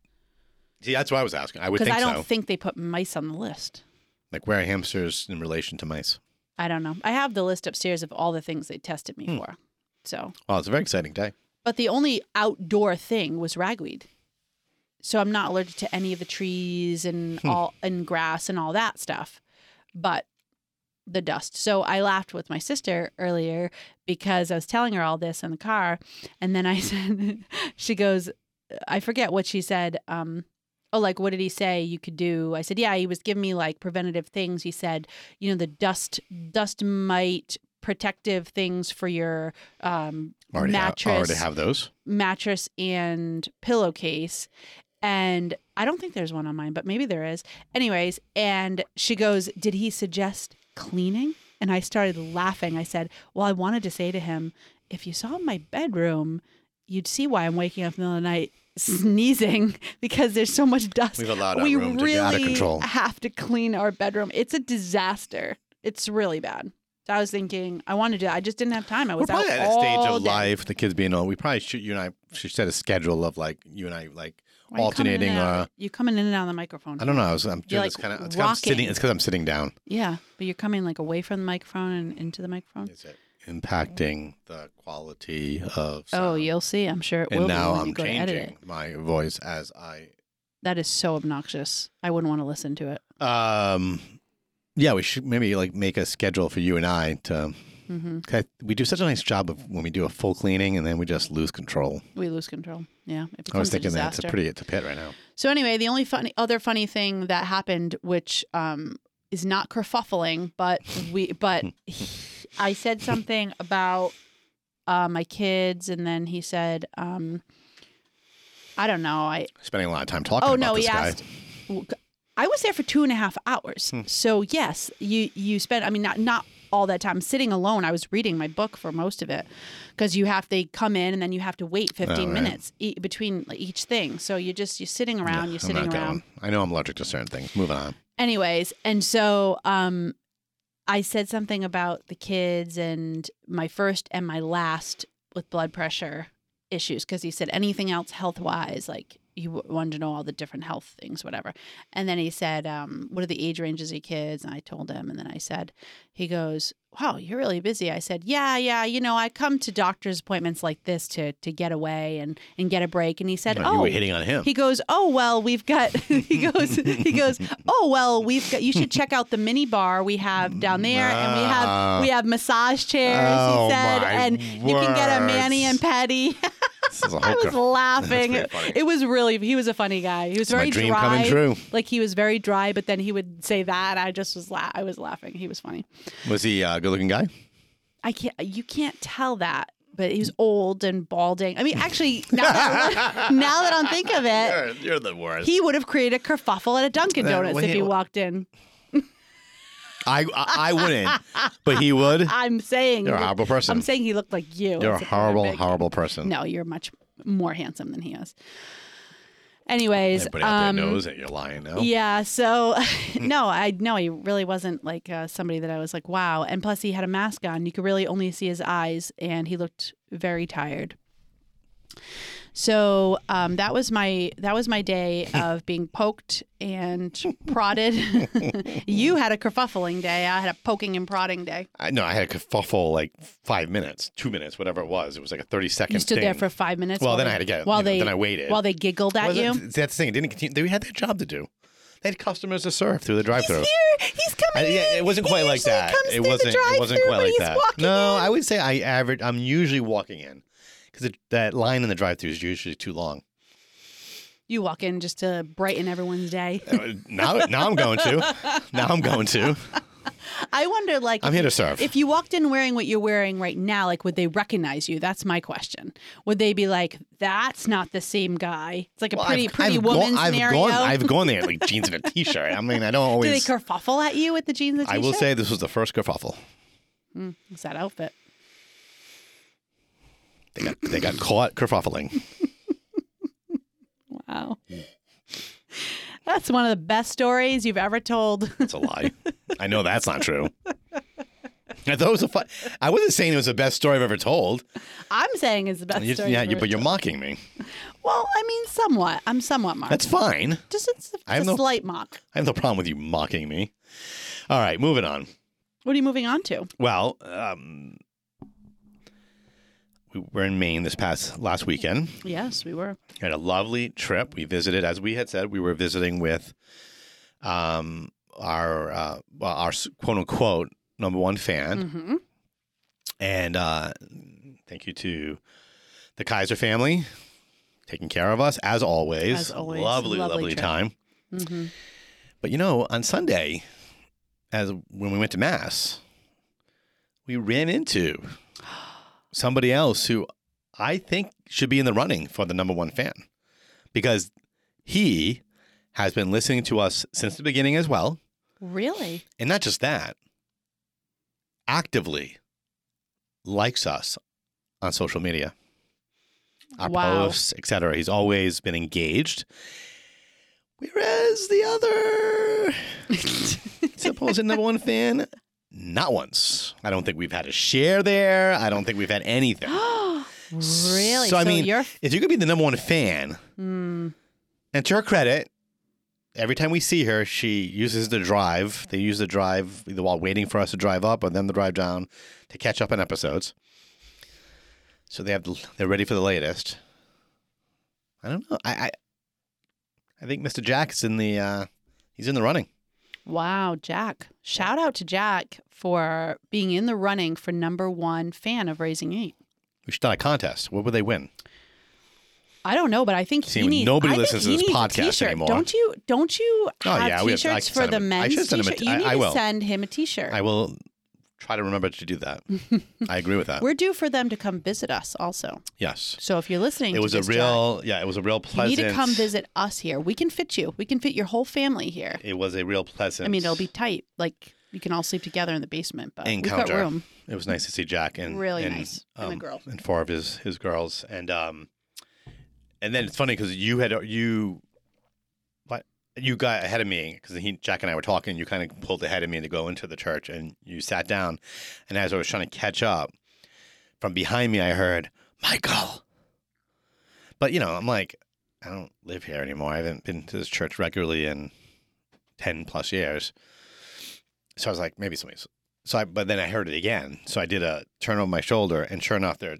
Speaker 1: See, that's what I was asking. I would
Speaker 2: Because
Speaker 1: think
Speaker 2: I don't
Speaker 1: so.
Speaker 2: think they put mice on the list.
Speaker 1: like, where are hamsters in relation to mice?
Speaker 2: I don't know. I have the list upstairs of all the things they tested me
Speaker 1: Hmm.
Speaker 2: for. So,
Speaker 1: Well, it's a very exciting day.
Speaker 2: but the only outdoor thing was ragweed. So I'm not allergic to any of the trees and
Speaker 1: Hmm.
Speaker 2: all and grass and all that stuff, but the dust. So I laughed with my sister earlier because I was telling her all this in the car, and then I [laughs] said, she goes, I forget what she said. Um, oh, like what did he say you could do? I said, yeah, he was giving me like preventative things. He said, you know, the dust dust mite protective things for your um,
Speaker 1: Already, ha-
Speaker 2: mattress
Speaker 1: already have those.
Speaker 2: mattress and pillowcase. And I don't think there's one on mine, but maybe there is. Anyways, and she goes, Did he suggest cleaning? And I started laughing. I said, Well, I wanted to say to him, If you saw my bedroom, you'd see why I'm waking up in the middle of the night sneezing [laughs] because there's so much dust.
Speaker 1: We've allowed our
Speaker 2: we
Speaker 1: room to
Speaker 2: really
Speaker 1: get out of control.
Speaker 2: have to clean our bedroom. It's a disaster. It's really bad. So I was thinking, I wanted to, I just didn't have time. I
Speaker 1: We're
Speaker 2: was out
Speaker 1: probably at a
Speaker 2: all
Speaker 1: stage of
Speaker 2: day.
Speaker 1: life, the kids being old. We probably should, you and I should set a schedule of like, you and I, like,
Speaker 2: Why you coming in
Speaker 1: alternating,
Speaker 2: and out?
Speaker 1: uh,
Speaker 2: you coming in and out of the microphone.
Speaker 1: I don't know. I was, I'm doing
Speaker 2: like
Speaker 1: this kind of, it's 'cause I'm sitting,
Speaker 2: rocking.
Speaker 1: it's because I'm sitting down.
Speaker 2: Yeah, but you're coming like away from the microphone and into the microphone.
Speaker 1: Is it impacting the quality of
Speaker 2: Oh,
Speaker 1: sound?
Speaker 2: you'll see. I'm sure it will
Speaker 1: And
Speaker 2: be
Speaker 1: now
Speaker 2: when
Speaker 1: I'm
Speaker 2: you go to edit
Speaker 1: changing
Speaker 2: it.
Speaker 1: my voice as I
Speaker 2: That is so obnoxious. I wouldn't want to listen to it.
Speaker 1: Um, yeah, we should maybe like make a schedule for you and I to.
Speaker 2: hmm
Speaker 1: 'cause we do such a nice job of when we do a full cleaning and then we just lose control.
Speaker 2: We lose control. Yeah, it becomes
Speaker 1: I was
Speaker 2: a
Speaker 1: thinking that's
Speaker 2: disaster.
Speaker 1: a pretty it's a pit right now.
Speaker 2: So anyway, the only funny other funny thing that happened, which um, is not kerfuffling, but
Speaker 1: [laughs]
Speaker 2: we but I said something about uh, my kids, and then he said, um, I don't know, I
Speaker 1: Spending a lot of time talking.
Speaker 2: Oh
Speaker 1: about
Speaker 2: no,
Speaker 1: this
Speaker 2: he
Speaker 1: guy. Hmm.
Speaker 2: asked. w- I was there for two and a half hours. So yes, you you spent. I mean, not not all that time sitting alone. I was reading my book for most of it because you have they come in and then you have to wait fifteen
Speaker 1: right.
Speaker 2: minutes e- between like, each thing. So you're just you're sitting around. you're
Speaker 1: I'm
Speaker 2: sitting
Speaker 1: not
Speaker 2: around.
Speaker 1: going. I know I'm allergic to certain things. Moving on.
Speaker 2: Anyways, and so um I said something about the kids and my first and my last with blood pressure issues because he said anything else health wise, like you w- wanted to know all the different health things, whatever. And then he said, um, What are the age ranges of your kids? And I told him. And then I said, He goes, Wow, you're really busy. I said, Yeah, yeah. You know, I come to doctor's appointments like this to to get away and, and get a break. And he said,
Speaker 1: No,
Speaker 2: Oh,
Speaker 1: you were hitting on him.
Speaker 2: [laughs] he goes, "Oh well, we've got." [laughs] he goes, "He goes, oh well, we've got." You should check out the mini bar we have down there, and we have we have massage chairs.
Speaker 1: Ah. Oh,
Speaker 2: he said,
Speaker 1: my
Speaker 2: and you can get a Manny and
Speaker 1: words.
Speaker 2: Petty. [laughs]
Speaker 1: this is a
Speaker 2: I
Speaker 1: whole
Speaker 2: was
Speaker 1: cur-
Speaker 2: laughing.
Speaker 1: That's pretty funny.
Speaker 2: It was really. He was a funny guy. He was
Speaker 1: my
Speaker 2: very
Speaker 1: dream
Speaker 2: dry.
Speaker 1: coming true.
Speaker 2: Like he was very dry, but then he would say that. I just was la- I was laughing. He was funny.
Speaker 1: Was he a good-looking guy?
Speaker 2: I can't. You can't tell that. But he was old and balding. I mean, actually, now that, [laughs] now that I'm thinking of it,
Speaker 1: You're, [laughs] you're the worst.
Speaker 2: he would have created a kerfuffle at a Dunkin'
Speaker 1: Uh,
Speaker 2: Donuts
Speaker 1: well,
Speaker 2: if
Speaker 1: he-
Speaker 2: he walked in.
Speaker 1: I, I I wouldn't, but he would.
Speaker 2: I'm saying
Speaker 1: You're a horrible person.
Speaker 2: I'm saying he looked like you.
Speaker 1: you're a
Speaker 2: as if you were
Speaker 1: horrible,
Speaker 2: "Oh, big.
Speaker 1: horrible person.
Speaker 2: No, you're much more handsome than he is. Anyways,
Speaker 1: Everybody out
Speaker 2: um,
Speaker 1: there knows that you're lying now.
Speaker 2: Yeah, so [laughs]
Speaker 1: Mm.
Speaker 2: no, I no, he really wasn't like uh, somebody that I was like, wow. And plus, he had a mask on; you could really only see his eyes, and he looked very tired. So um, that was my that was
Speaker 1: [laughs]
Speaker 2: my day of being poked and prodded. [laughs] you had a kerfuffling day; I had a poking and prodding day.
Speaker 1: I, no, I had a kerfuffle like five minutes, two minutes, whatever it was. It was like a thirty second.
Speaker 2: You stood there
Speaker 1: thing.
Speaker 2: for five minutes.
Speaker 1: Well,
Speaker 2: while
Speaker 1: then
Speaker 2: they-
Speaker 1: I had to get.
Speaker 2: while
Speaker 1: you know,
Speaker 2: they
Speaker 1: then I waited.
Speaker 2: while they giggled at you.
Speaker 1: Wasn't- That's the thing. It didn't continue. They had their job to do. They had customers to serve through the drive through.
Speaker 2: He's coming.
Speaker 1: Yeah, it wasn't
Speaker 2: He
Speaker 1: quite like
Speaker 2: usually
Speaker 1: that.
Speaker 2: comes
Speaker 1: It
Speaker 2: through the
Speaker 1: wasn't. It wasn't
Speaker 2: drive-thru,
Speaker 1: quite
Speaker 2: but
Speaker 1: like
Speaker 2: he's
Speaker 1: that.
Speaker 2: walking
Speaker 1: No,
Speaker 2: in.
Speaker 1: I would say I average. I'm usually walking in because that line in the drive through is usually too long.
Speaker 2: You walk in just to brighten everyone's day.
Speaker 1: Uh, now, now I'm going to. Now I'm going to.
Speaker 2: [laughs] I wonder, like,
Speaker 1: I'm here to serve.
Speaker 2: if you walked in wearing what you're wearing right now, like, would they recognize you? That's my question. Would they be like, "That's not the same guy"? It's like a
Speaker 1: Well,
Speaker 2: pretty,
Speaker 1: I've,
Speaker 2: pretty
Speaker 1: I've
Speaker 2: woman
Speaker 1: gone, I've
Speaker 2: scenario.
Speaker 1: gone.
Speaker 2: [laughs]
Speaker 1: I've gone there in, like jeans and a t-shirt. I mean, I don't
Speaker 2: Do they
Speaker 1: always.
Speaker 2: kerfuffle at you with the jeans and
Speaker 1: I
Speaker 2: t-shirt?
Speaker 1: will say this was the first kerfuffle.
Speaker 2: it's that outfit.
Speaker 1: They got they got caught kerfuffling.
Speaker 2: Wow. [laughs] That's one of the best stories you've ever told. [laughs]
Speaker 1: That's a lie. I know that's not true. [laughs] I thought it was a fun. I wasn't saying it was the best story I've ever told.
Speaker 2: I'm saying it's the best
Speaker 1: You-
Speaker 2: story.
Speaker 1: yeah,
Speaker 2: you've
Speaker 1: you,
Speaker 2: ever
Speaker 1: but you're
Speaker 2: told.
Speaker 1: mocking me.
Speaker 2: Well, I mean, somewhat. I'm somewhat mocked.
Speaker 1: That's fine.
Speaker 2: just it's
Speaker 1: I have
Speaker 2: a
Speaker 1: no-
Speaker 2: slight mock.
Speaker 1: I have no problem with you mocking me. All right, moving on.
Speaker 2: What are you moving on to?
Speaker 1: Well, um, we were in Maine this past last weekend.
Speaker 2: Yes, we were.
Speaker 1: We had a lovely trip. We visited, as we had said, we were visiting with um, our uh, well, our quote unquote number one fan,
Speaker 2: hmm
Speaker 1: and uh, thank you to the Kaiser family taking care of us as always.
Speaker 2: As always,
Speaker 1: lovely,
Speaker 2: lovely
Speaker 1: lovely,
Speaker 2: trip.
Speaker 1: time.
Speaker 2: hmm
Speaker 1: But you know, on Sunday, as when we went to mass, we ran into somebody else who I think should be in the running for the number one fan because he has been listening to us since the beginning as well,
Speaker 2: Really?
Speaker 1: and not just that, actively likes us on social media, our
Speaker 2: Wow.
Speaker 1: posts, etc. He's always been engaged. Whereas the other
Speaker 2: [gasps]
Speaker 1: supposed number one fan? Not once. I don't think we've had a share there. I don't think we've had anything.
Speaker 2: really?
Speaker 1: So, I mean-
Speaker 2: you're
Speaker 1: If you could be the number one fan,
Speaker 2: mm,
Speaker 1: and to her credit, every time we see her, she uses the drive. They use the drive either while waiting for us to drive up or them to drive down to catch up on episodes. So they have the, they're ready for the latest. I don't know. I I, I think Mr. Jack's in the uh, he's in the running.
Speaker 2: wow, Jack. Shout out to Jack for being in the running for number one fan of Raising Eight.
Speaker 1: We should start a contest. What would they win?
Speaker 2: I don't know, but I think
Speaker 1: See,
Speaker 2: he needs.
Speaker 1: nobody
Speaker 2: I think
Speaker 1: listens to
Speaker 2: he
Speaker 1: this
Speaker 2: needs a
Speaker 1: podcast
Speaker 2: t-shirt.
Speaker 1: anymore.
Speaker 2: Don't you? Don't you
Speaker 1: Oh,
Speaker 2: have
Speaker 1: yeah, we have- I
Speaker 2: t-shirts
Speaker 1: can
Speaker 2: for
Speaker 1: send
Speaker 2: the
Speaker 1: him a- I
Speaker 2: men's
Speaker 1: should send him a
Speaker 2: t-shirt?
Speaker 1: t-
Speaker 2: you
Speaker 1: I-
Speaker 2: need
Speaker 1: I
Speaker 2: to
Speaker 1: will.
Speaker 2: send him a t-shirt.
Speaker 1: I will try to remember to do that.
Speaker 2: [laughs]
Speaker 1: I agree with that.
Speaker 2: We're due for them to come visit us, also.
Speaker 1: yes.
Speaker 2: So if you're listening,
Speaker 1: It
Speaker 2: to
Speaker 1: was a
Speaker 2: this,
Speaker 1: real yeah, it was a real
Speaker 2: Jack,
Speaker 1: pleasant
Speaker 2: you need to come visit us here. We can fit you. We can fit your whole family here.
Speaker 1: It was a real pleasant
Speaker 2: I mean, it'll be tight. Like you can all sleep together in the basement, but we've
Speaker 1: Encounter.
Speaker 2: got room.
Speaker 1: it was nice to see Jack and
Speaker 2: really
Speaker 1: and,
Speaker 2: nice. and
Speaker 1: um,
Speaker 2: a girl.
Speaker 1: and four of his his girls and um and then it's funny because you had you what you got ahead of me because he Jack and I were talking you kind of pulled ahead of me to go into the church and you sat down and as I was trying to catch up from behind me I heard Michael but you know I'm like I don't live here anymore I haven't been to this church regularly in 10 plus years so I was like maybe somebody's so I, but then I heard it again. So I did a turn over my shoulder, and sure enough, there are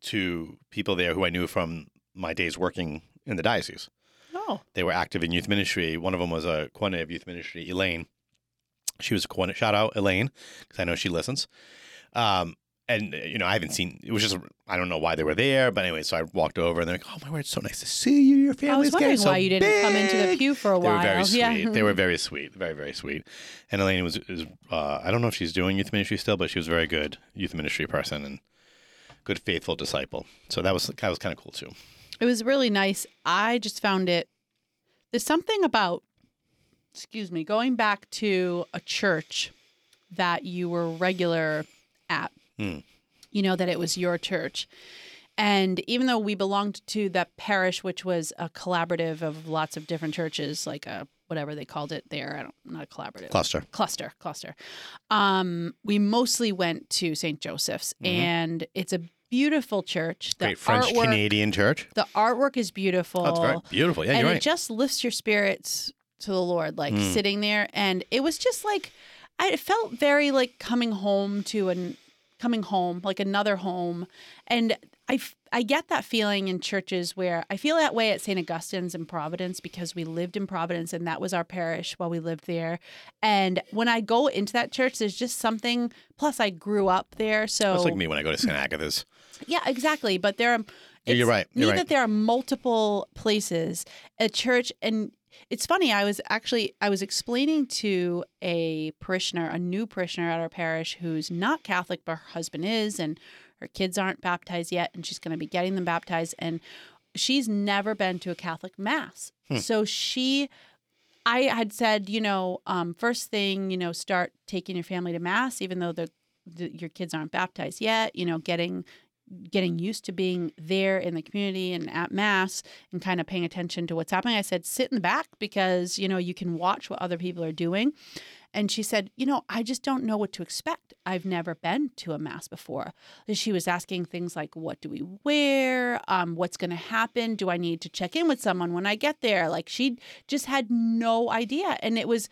Speaker 1: two people there who I knew from my days working in the diocese.
Speaker 2: Oh,
Speaker 1: They were active in youth ministry. One of them was a coordinator of youth ministry, Elaine. She was a coordinator. Shout out Elaine because I know she listens. Um, and uh, you know, I haven't seen. It was just I don't know why they were there, but anyway. So I walked over, and they're like, "Oh my word, it's so nice to see you. Your
Speaker 2: I
Speaker 1: family's
Speaker 2: was wondering
Speaker 1: getting so
Speaker 2: why you didn't come into the
Speaker 1: big."
Speaker 2: pew for a
Speaker 1: They
Speaker 2: while.
Speaker 1: were
Speaker 2: [laughs]
Speaker 1: very sweet.
Speaker 2: Yeah,
Speaker 1: They were very sweet. Very very sweet. And Elaine was is uh, I don't know if she's doing youth ministry still, but she was a very good youth ministry person and good faithful disciple. So that was that was kind of cool too.
Speaker 2: It was really nice. I just found it. There's something about, excuse me, going back to a church that you were regular at.
Speaker 1: Mm.
Speaker 2: You know, that it was your church. And even though we belonged to that parish, which was a collaborative of lots of different churches, like a whatever they called it there, I don't, not a collaborative
Speaker 1: Cluster.
Speaker 2: cluster cluster um we mostly went to st joseph's
Speaker 1: Mhm.
Speaker 2: and it's a beautiful church the
Speaker 1: Great French
Speaker 2: artwork
Speaker 1: Canadian church.
Speaker 2: the artwork is beautiful
Speaker 1: Oh, it's very beautiful. Yeah,
Speaker 2: and
Speaker 1: you're
Speaker 2: it
Speaker 1: right.
Speaker 2: just lifts your spirits to the lord like
Speaker 1: Mm.
Speaker 2: sitting there and it was just like i it felt very like coming home to an coming home like another home and I, f- I get that feeling in churches where I feel that way at St. Augustine's in Providence because we lived in Providence and that was our parish while we lived there. And when I go into that church, there's just something. Plus, I grew up there. So,
Speaker 1: That's like me when I go to St. Agatha's.
Speaker 2: yeah, exactly. But there are.
Speaker 1: Yeah, you're
Speaker 2: it's
Speaker 1: right.
Speaker 2: neat
Speaker 1: You're right.
Speaker 2: that there are multiple places at church, and it's funny. I was actually I was explaining to a parishioner, a new parishioner at our parish, who's not Catholic, but her husband is, and her kids aren't baptized yet, and she's going to be getting them baptized, and she's never been to a Catholic mass,
Speaker 1: Hmm.
Speaker 2: so she I had said, you know, um, first thing, you know, start taking your family to mass, even though the, the your kids aren't baptized yet. You know, getting getting used to being there in the community and at mass and kind of paying attention to what's happening. I said, sit in the back because, you know, you can watch what other people are doing. And she said, you know, I just don't know what to expect. I've never been to a mass before. And she was asking things like, what do we wear? Um, what's going to happen? Do I need to check in with someone when I get there? Like she just had no idea. And it was,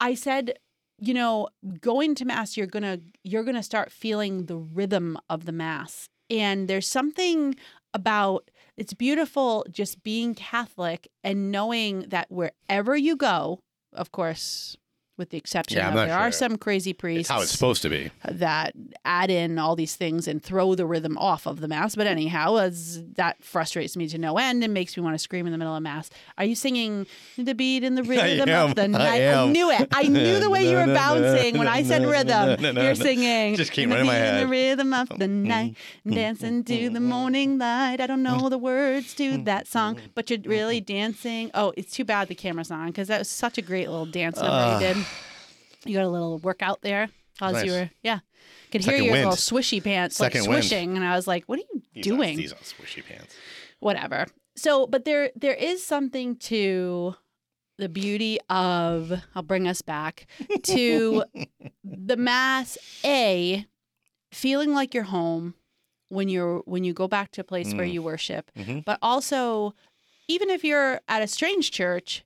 Speaker 2: I said, you know going to mass you're going to you're going to start feeling the rhythm of the mass and there's something about it's beautiful just being catholic and knowing that wherever you go of course with the exception
Speaker 1: Yeah, I'm
Speaker 2: of
Speaker 1: not
Speaker 2: there are
Speaker 1: sure.
Speaker 2: some crazy
Speaker 1: It's
Speaker 2: priests
Speaker 1: how it's supposed to be.
Speaker 2: that add in all these things and throw the rhythm off of the mass but anyhow as that frustrates me to no end and makes me want to scream in the middle of mass are you singing the beat and the rhythm
Speaker 1: am.
Speaker 2: of the
Speaker 1: I
Speaker 2: night
Speaker 1: am.
Speaker 2: knew it i knew the way you
Speaker 1: No,
Speaker 2: were
Speaker 1: no, no,
Speaker 2: bouncing when
Speaker 1: no,
Speaker 2: i said
Speaker 1: no, no,
Speaker 2: rhythm
Speaker 1: no, no, no,
Speaker 2: you're
Speaker 1: no.
Speaker 2: singing
Speaker 1: Just came
Speaker 2: "The
Speaker 1: right in my
Speaker 2: beat and
Speaker 1: head."
Speaker 2: the rhythm of the night dancing to the morning light i don't know the words to that song but you're really dancing oh it's too bad the camera's not on because that was such a great little dance number
Speaker 1: Ah.
Speaker 2: you did you got a little workout there as
Speaker 1: Nice.
Speaker 2: you were yeah could hear
Speaker 1: Second
Speaker 2: your
Speaker 1: wind.
Speaker 2: little swishy pants
Speaker 1: Second
Speaker 2: like
Speaker 1: wind.
Speaker 2: swishing and i was like what are you
Speaker 1: These aren't-
Speaker 2: doing
Speaker 1: these are squishy pants.
Speaker 2: whatever so but there there is something to the beauty of i'll bring us back
Speaker 1: [laughs]
Speaker 2: to the mass a feeling like you're home when you're when you go back to a place where
Speaker 1: Mm.
Speaker 2: you worship
Speaker 1: Mhm.
Speaker 2: but also even if you're at a strange church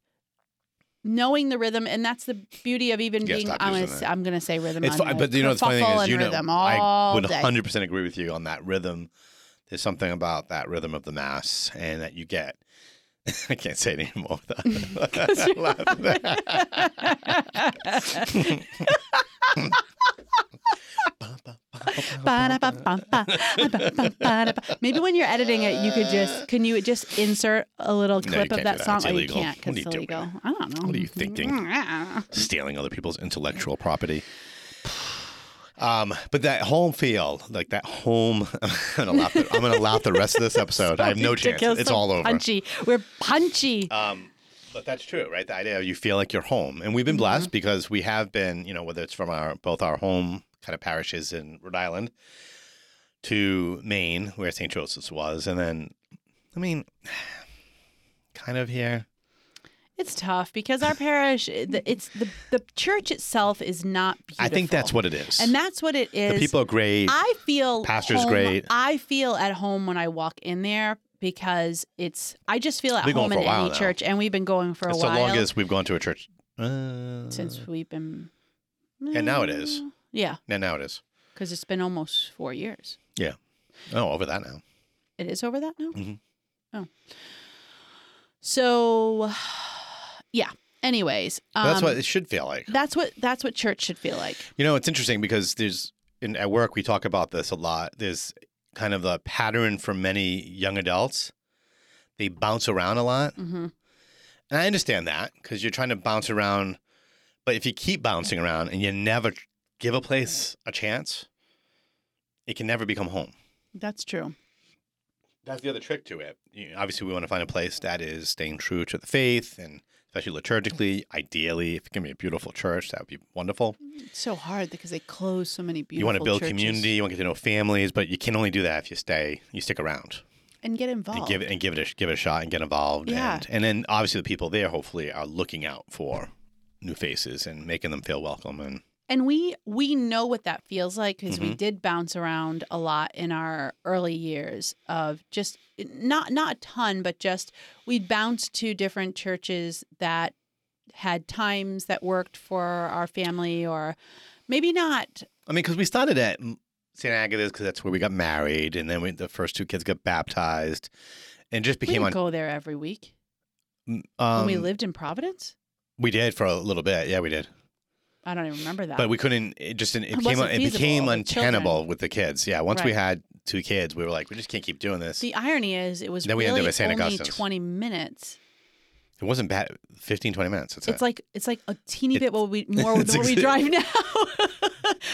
Speaker 2: knowing the rhythm and that's the beauty of even
Speaker 1: Yeah,
Speaker 2: being
Speaker 1: stop
Speaker 2: i'm gonna,
Speaker 1: using
Speaker 2: s-
Speaker 1: that.
Speaker 2: I'm gonna say rhythm
Speaker 1: It's
Speaker 2: on
Speaker 1: fine, but you know what's funny thing
Speaker 2: kerfuffle
Speaker 1: is,
Speaker 2: and
Speaker 1: you know,
Speaker 2: rhythm
Speaker 1: I
Speaker 2: all
Speaker 1: would
Speaker 2: day.
Speaker 1: 100% agree with you on that rhythm. There's something about that rhythm of the mass and that you get. [laughs] I can't say it anymore. [laughs] without-
Speaker 2: Ba-da-ba-ba-ba, ba-ba-ba-da-ba. Maybe when you're editing it, you could just can you just insert a little
Speaker 1: you
Speaker 2: clip
Speaker 1: can't
Speaker 2: of
Speaker 1: do
Speaker 2: that
Speaker 1: that.
Speaker 2: song?
Speaker 1: It's
Speaker 2: Oh, you
Speaker 1: illegal.
Speaker 2: can't
Speaker 1: What
Speaker 2: because
Speaker 1: are
Speaker 2: it's
Speaker 1: you doing?
Speaker 2: illegal. I don't know.
Speaker 1: What are you
Speaker 2: [laughs]
Speaker 1: thinking? Stealing other people's intellectual property. Um, but that home feel, like that home, [laughs] I'm gonna laugh. The, I'm gonna laugh the rest of this episode. I have no chance.
Speaker 2: Ridiculous.
Speaker 1: It's
Speaker 2: So
Speaker 1: all over.
Speaker 2: Punchy. We're punchy.
Speaker 1: Um, but that's true, right? The idea of you feel like you're home, and we've
Speaker 2: Mm-hmm.
Speaker 1: been blessed because we have been, you know, whether it's from our both our home kind of parishes in Rhode Island to Maine, where St. Joseph's was, and then, I mean, [sighs] kind of here.
Speaker 2: It's tough because our parish, the- it's the the church itself is not beautiful.
Speaker 1: I think that's what it is.
Speaker 2: and that's what it is.
Speaker 1: the people are great.
Speaker 2: I feel
Speaker 1: Pastor's
Speaker 2: home-
Speaker 1: great.
Speaker 2: I feel at home when I walk in there because it's. I just feel at
Speaker 1: Been going for
Speaker 2: home in
Speaker 1: a while
Speaker 2: any
Speaker 1: now.
Speaker 2: church, and we've been going for
Speaker 1: it's
Speaker 2: a
Speaker 1: the
Speaker 2: while
Speaker 1: longest we've gone to a church. Uh,
Speaker 2: since we've been. eh,
Speaker 1: And now it is.
Speaker 2: Yeah,
Speaker 1: yeah, now it is.
Speaker 2: because it's been almost four years.
Speaker 1: Oh, over that now.
Speaker 2: It is over that now?
Speaker 1: Mhm.
Speaker 2: Oh. So [sighs] yeah. Anyways. Um,
Speaker 1: But that's what it should feel like.
Speaker 2: that's what that's what church should feel like.
Speaker 1: You know, it's interesting because there's in at work we talk about this a lot. There's kind of a pattern for many young adults. They bounce around a lot.
Speaker 2: hmm
Speaker 1: And I understand that because you're trying to bounce around, but if you keep bouncing around and you never give a place a chance, it can never become home.
Speaker 2: That's true.
Speaker 1: That's the other trick to it. You obviously, we want to find a place that is staying true to the faith and especially liturgically. Ideally, if it can be a beautiful church, that would be wonderful.
Speaker 2: It's so hard because they close so many beautiful
Speaker 1: you want to build
Speaker 2: churches
Speaker 1: community, you want to get to know families, but you can only do that if you stay, you stick around,
Speaker 2: and get involved.
Speaker 1: and give it and give it a sh- give it a shot and get involved.
Speaker 2: Oh. Yeah.
Speaker 1: And, and then obviously the people there hopefully are looking out for new faces and making them feel welcome. And
Speaker 2: And we we know what that feels like because
Speaker 1: Mm-hmm.
Speaker 2: we did bounce around a lot in our early years of just not not a ton, but just we'd bounce to different churches that had times that worked for our family or maybe not.
Speaker 1: I mean, because we started at mm, St. Agatha's because that's where we got married, and then we, the first two kids got baptized, and just
Speaker 2: we
Speaker 1: became
Speaker 2: didn't
Speaker 1: on.
Speaker 2: go there every week
Speaker 1: mm,
Speaker 2: when
Speaker 1: Um,
Speaker 2: we lived in Providence.
Speaker 1: we did for a little bit, yeah, we did,
Speaker 2: I don't even remember that.
Speaker 1: but we couldn't. It just it,
Speaker 2: It
Speaker 1: became
Speaker 2: wasn't
Speaker 1: it became
Speaker 2: feasible with children.
Speaker 1: untenable with the kids. Yeah, once we
Speaker 2: Right.
Speaker 1: had two kids, we were like, we just can't keep doing this.
Speaker 2: the irony is, it was
Speaker 1: Then we ended
Speaker 2: really
Speaker 1: up at St.
Speaker 2: only
Speaker 1: Augustine's.
Speaker 2: twenty minutes
Speaker 1: It wasn't bad. 15, 20 minutes. That's
Speaker 2: It's
Speaker 1: it.
Speaker 2: like it's like a teeny
Speaker 1: It-
Speaker 2: bit what
Speaker 1: [laughs]
Speaker 2: we more than
Speaker 1: It's
Speaker 2: what we
Speaker 1: exa-
Speaker 2: drive [laughs] now.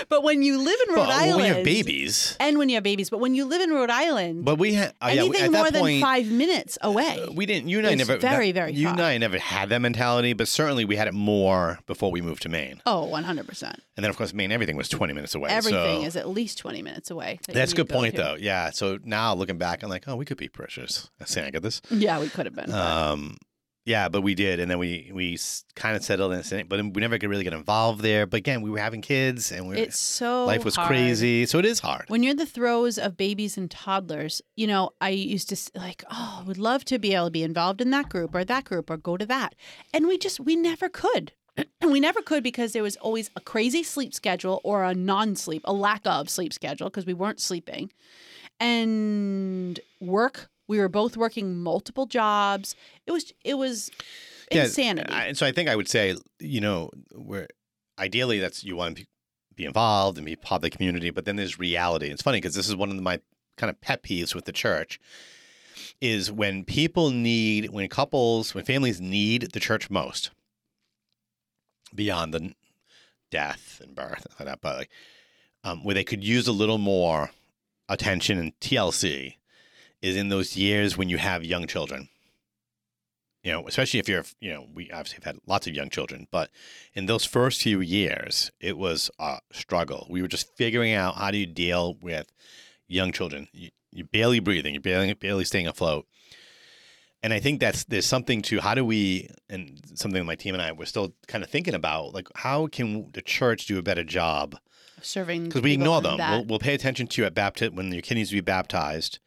Speaker 2: but when you live in Rhode
Speaker 1: but
Speaker 2: Island,
Speaker 1: we have babies.
Speaker 2: and when you have babies, but when you live in Rhode Island,
Speaker 1: But we had uh, yeah,
Speaker 2: anything
Speaker 1: at
Speaker 2: more
Speaker 1: that
Speaker 2: than
Speaker 1: point,
Speaker 2: five minutes away.
Speaker 1: uh, we didn't. You and I
Speaker 2: is
Speaker 1: never.
Speaker 2: very,
Speaker 1: that-
Speaker 2: very
Speaker 1: You and
Speaker 2: high.
Speaker 1: I never had that mentality, but certainly we had it more before we moved to Maine.
Speaker 2: oh, one hundred percent.
Speaker 1: And then of course Maine, everything was twenty minutes away.
Speaker 2: Everything
Speaker 1: so
Speaker 2: is at least twenty minutes away. that you
Speaker 1: that's a
Speaker 2: need
Speaker 1: good
Speaker 2: to go
Speaker 1: point
Speaker 2: to.
Speaker 1: though. Yeah. So now looking back, I'm like, oh, we could be precious. I'm saying I got this.
Speaker 2: Yeah, we could have been. but-
Speaker 1: Um, yeah, but we did, and then we we kind of settled in, Sydney, but we never could really get involved there. But again, we were having kids, and we
Speaker 2: it's so
Speaker 1: life was
Speaker 2: hard.
Speaker 1: crazy, so it is hard.
Speaker 2: When you're in the throes of babies and toddlers, you know, I used to s- like, oh, I would love to be able to be involved in that group or that group or go to that. And we just, we never could. [clears throat] And we never could because there was always a crazy sleep schedule or a non sleep, a lack of sleep schedule because we weren't sleeping. And work, we were both working multiple jobs. It was, it was
Speaker 1: Yeah,
Speaker 2: insanity.
Speaker 1: I, and so I think I would say, you know, where ideally that's you want to be involved and be part of the community, but then there's reality. It's funny because this is one of my kind of pet peeves with the church is when people need, when couples, when families need the church most, beyond the n- death and birth, and all that, but like, um, where they could use a little more attention and TLC is in those years when you have young children you know, especially if you're, you know, we obviously have had lots of young children, but in those first few years, it was a struggle. We were just figuring out how do you deal with young children. You, you're barely breathing, you're barely, barely staying afloat. And I think that's there's something to how do we, and something my team and I were still kind of thinking about, like how can the church do a better job
Speaker 2: serving
Speaker 1: because we
Speaker 2: people
Speaker 1: ignore
Speaker 2: in
Speaker 1: them.
Speaker 2: that.
Speaker 1: We'll, we'll pay attention to you at baptism when your kid needs to be baptized,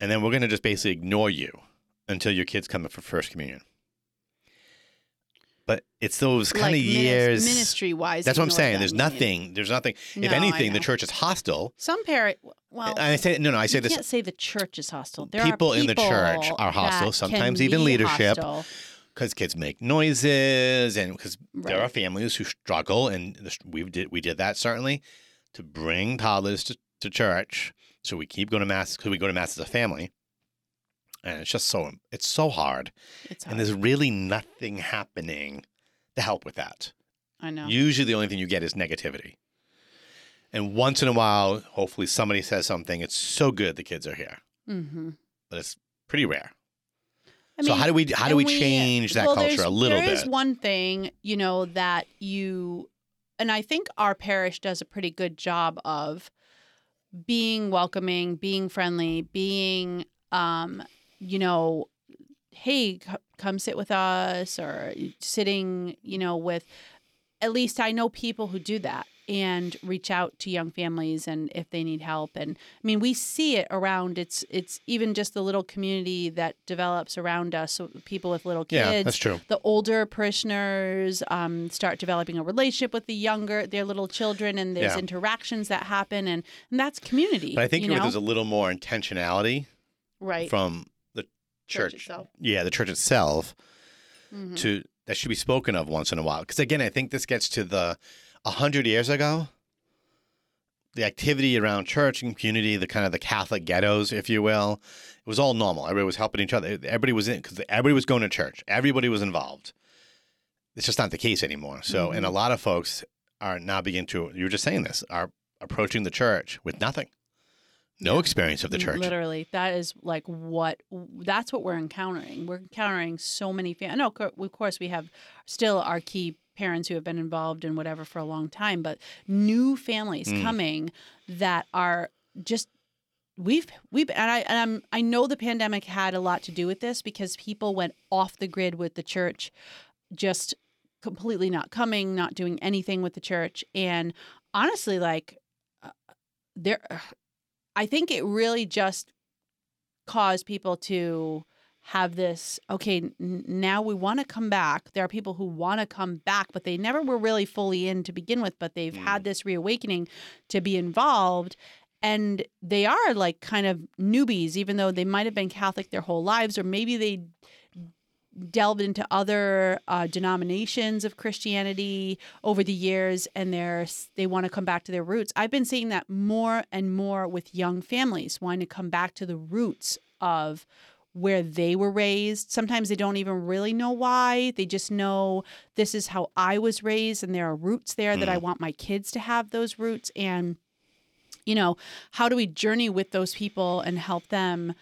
Speaker 1: and then we're going to just basically ignore you until your kids come in for first communion. But it's those kind
Speaker 2: Like
Speaker 1: of
Speaker 2: minis-
Speaker 1: years.
Speaker 2: ministry wise.
Speaker 1: That's what I'm saying. There's nothing. There's nothing.
Speaker 2: No,
Speaker 1: if
Speaker 2: I
Speaker 1: anything, the
Speaker 2: know.
Speaker 1: church is hostile.
Speaker 2: Some parent, well,
Speaker 1: And I say no, no. I say
Speaker 2: you
Speaker 1: this.
Speaker 2: can't say the church is hostile. There
Speaker 1: People
Speaker 2: are
Speaker 1: in the church
Speaker 2: people
Speaker 1: are hostile,
Speaker 2: that
Speaker 1: sometimes
Speaker 2: can
Speaker 1: even
Speaker 2: be
Speaker 1: leadership.
Speaker 2: hostile.
Speaker 1: because kids make noises and because there
Speaker 2: Right.
Speaker 1: are families who struggle and the- we did we did that certainly to bring toddlers to, to church so we keep going to mass because we go to mass as a family and it's just so it's so hard
Speaker 2: It's
Speaker 1: and
Speaker 2: hard.
Speaker 1: there's really nothing happening to help with that
Speaker 2: I know.
Speaker 1: usually the only thing you get is negativity and once in a while hopefully somebody says something it's so good the kids are here
Speaker 2: mm-hmm.
Speaker 1: but it's pretty rare
Speaker 2: I
Speaker 1: so how do we how do
Speaker 2: and
Speaker 1: we
Speaker 2: we-
Speaker 1: change that
Speaker 2: well,
Speaker 1: culture
Speaker 2: there's-
Speaker 1: a little
Speaker 2: There is
Speaker 1: bit
Speaker 2: one thing, you know, that you, and I think our parish does a pretty good job of being welcoming, being friendly, being, um, you know, hey, c- come sit with us, or sitting, you know, with. At least I know people who do that and reach out to young families and if they need help and I mean, we see it around. It's it's even just the little community that develops around us. So people with little kids,
Speaker 1: yeah that's true
Speaker 2: the older parishioners um, start developing a relationship with the younger, their little children, and there's
Speaker 1: Yeah.
Speaker 2: interactions that happen, and, and that's community.
Speaker 1: But I think
Speaker 2: you
Speaker 1: you know,
Speaker 2: know?
Speaker 1: there's a little more intentionality
Speaker 2: right
Speaker 1: from the church.
Speaker 2: itself.
Speaker 1: yeah, the church itself
Speaker 2: Mhm.
Speaker 1: to that should be spoken of once in a while. Because again, I think this gets to the a hundred years ago, the activity around church and community, the kind of the Catholic ghettos, if you will, it was all normal. Everybody was helping each other. Everybody was in because everybody was going to church. Everybody was involved. It's just not the case anymore. So, and a
Speaker 2: Mm-hmm.
Speaker 1: lot of folks are now beginning to. You were just saying this are approaching the church with nothing, no experience of the
Speaker 2: Mm,
Speaker 1: church.
Speaker 2: Literally, that is like what that's what we're encountering. We're encountering so many fam- No, co- of course we have still our key parents who have been involved in whatever for a long time, but new families
Speaker 1: Mm.
Speaker 2: coming that are just we've we've and I and I'm, I know the pandemic had a lot to do with this because people went off the grid with the church, just completely not coming, not doing anything with the church, and honestly, like uh, there, uh, I think it really just caused people to have this okay n- now we want to come back there are people who want to come back but they never were really fully in to begin with but they've
Speaker 1: Mm.
Speaker 2: had this reawakening to be involved and they are like kind of newbies even though they might have been catholic their whole lives or maybe they delved into other uh, denominations of christianity over the years and they're they want to come back to their roots i've been seeing that more and more with young families wanting to come back to the roots of where they were raised. Sometimes they don't even really know why. They just know this is how I was raised and there are roots there that I want my kids to have those roots. And, you know, how do we journey with those people and help them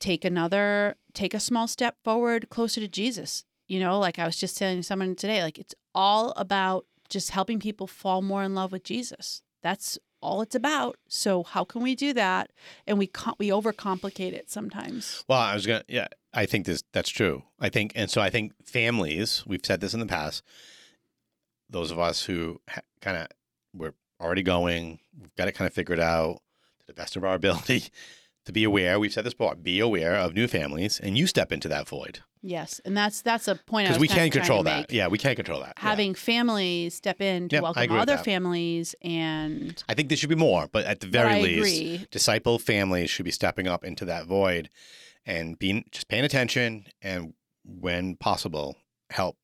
Speaker 2: take another, take a small step forward closer to Jesus? You know, like I was just telling someone today, like it's all about just helping people fall more in love with Jesus. That's all it's about. So how can we do that? And we com- we overcomplicate it sometimes.
Speaker 1: Well, I was gonna. Yeah, I think this that's true. I think, and so I think families. We've said this in the past. Those of us who ha- kind of we're already going, we've got it kind of figured out to the best of our [laughs] ability to be aware. We've said this before. Be aware of new families, and you step into that void
Speaker 2: Yes, and that's that's a point I
Speaker 1: because
Speaker 2: was
Speaker 1: we
Speaker 2: kinda
Speaker 1: can
Speaker 2: trying to
Speaker 1: control
Speaker 2: make.
Speaker 1: that. Yeah, we can control that. yeah.
Speaker 2: having families step in to
Speaker 1: Yep, I
Speaker 2: welcome
Speaker 1: agree with
Speaker 2: other
Speaker 1: that.
Speaker 2: families and
Speaker 1: I think there should be more, but at the
Speaker 2: but
Speaker 1: very
Speaker 2: I
Speaker 1: least,
Speaker 2: agree.
Speaker 1: disciple families should be stepping up into that void and being just paying attention and when possible help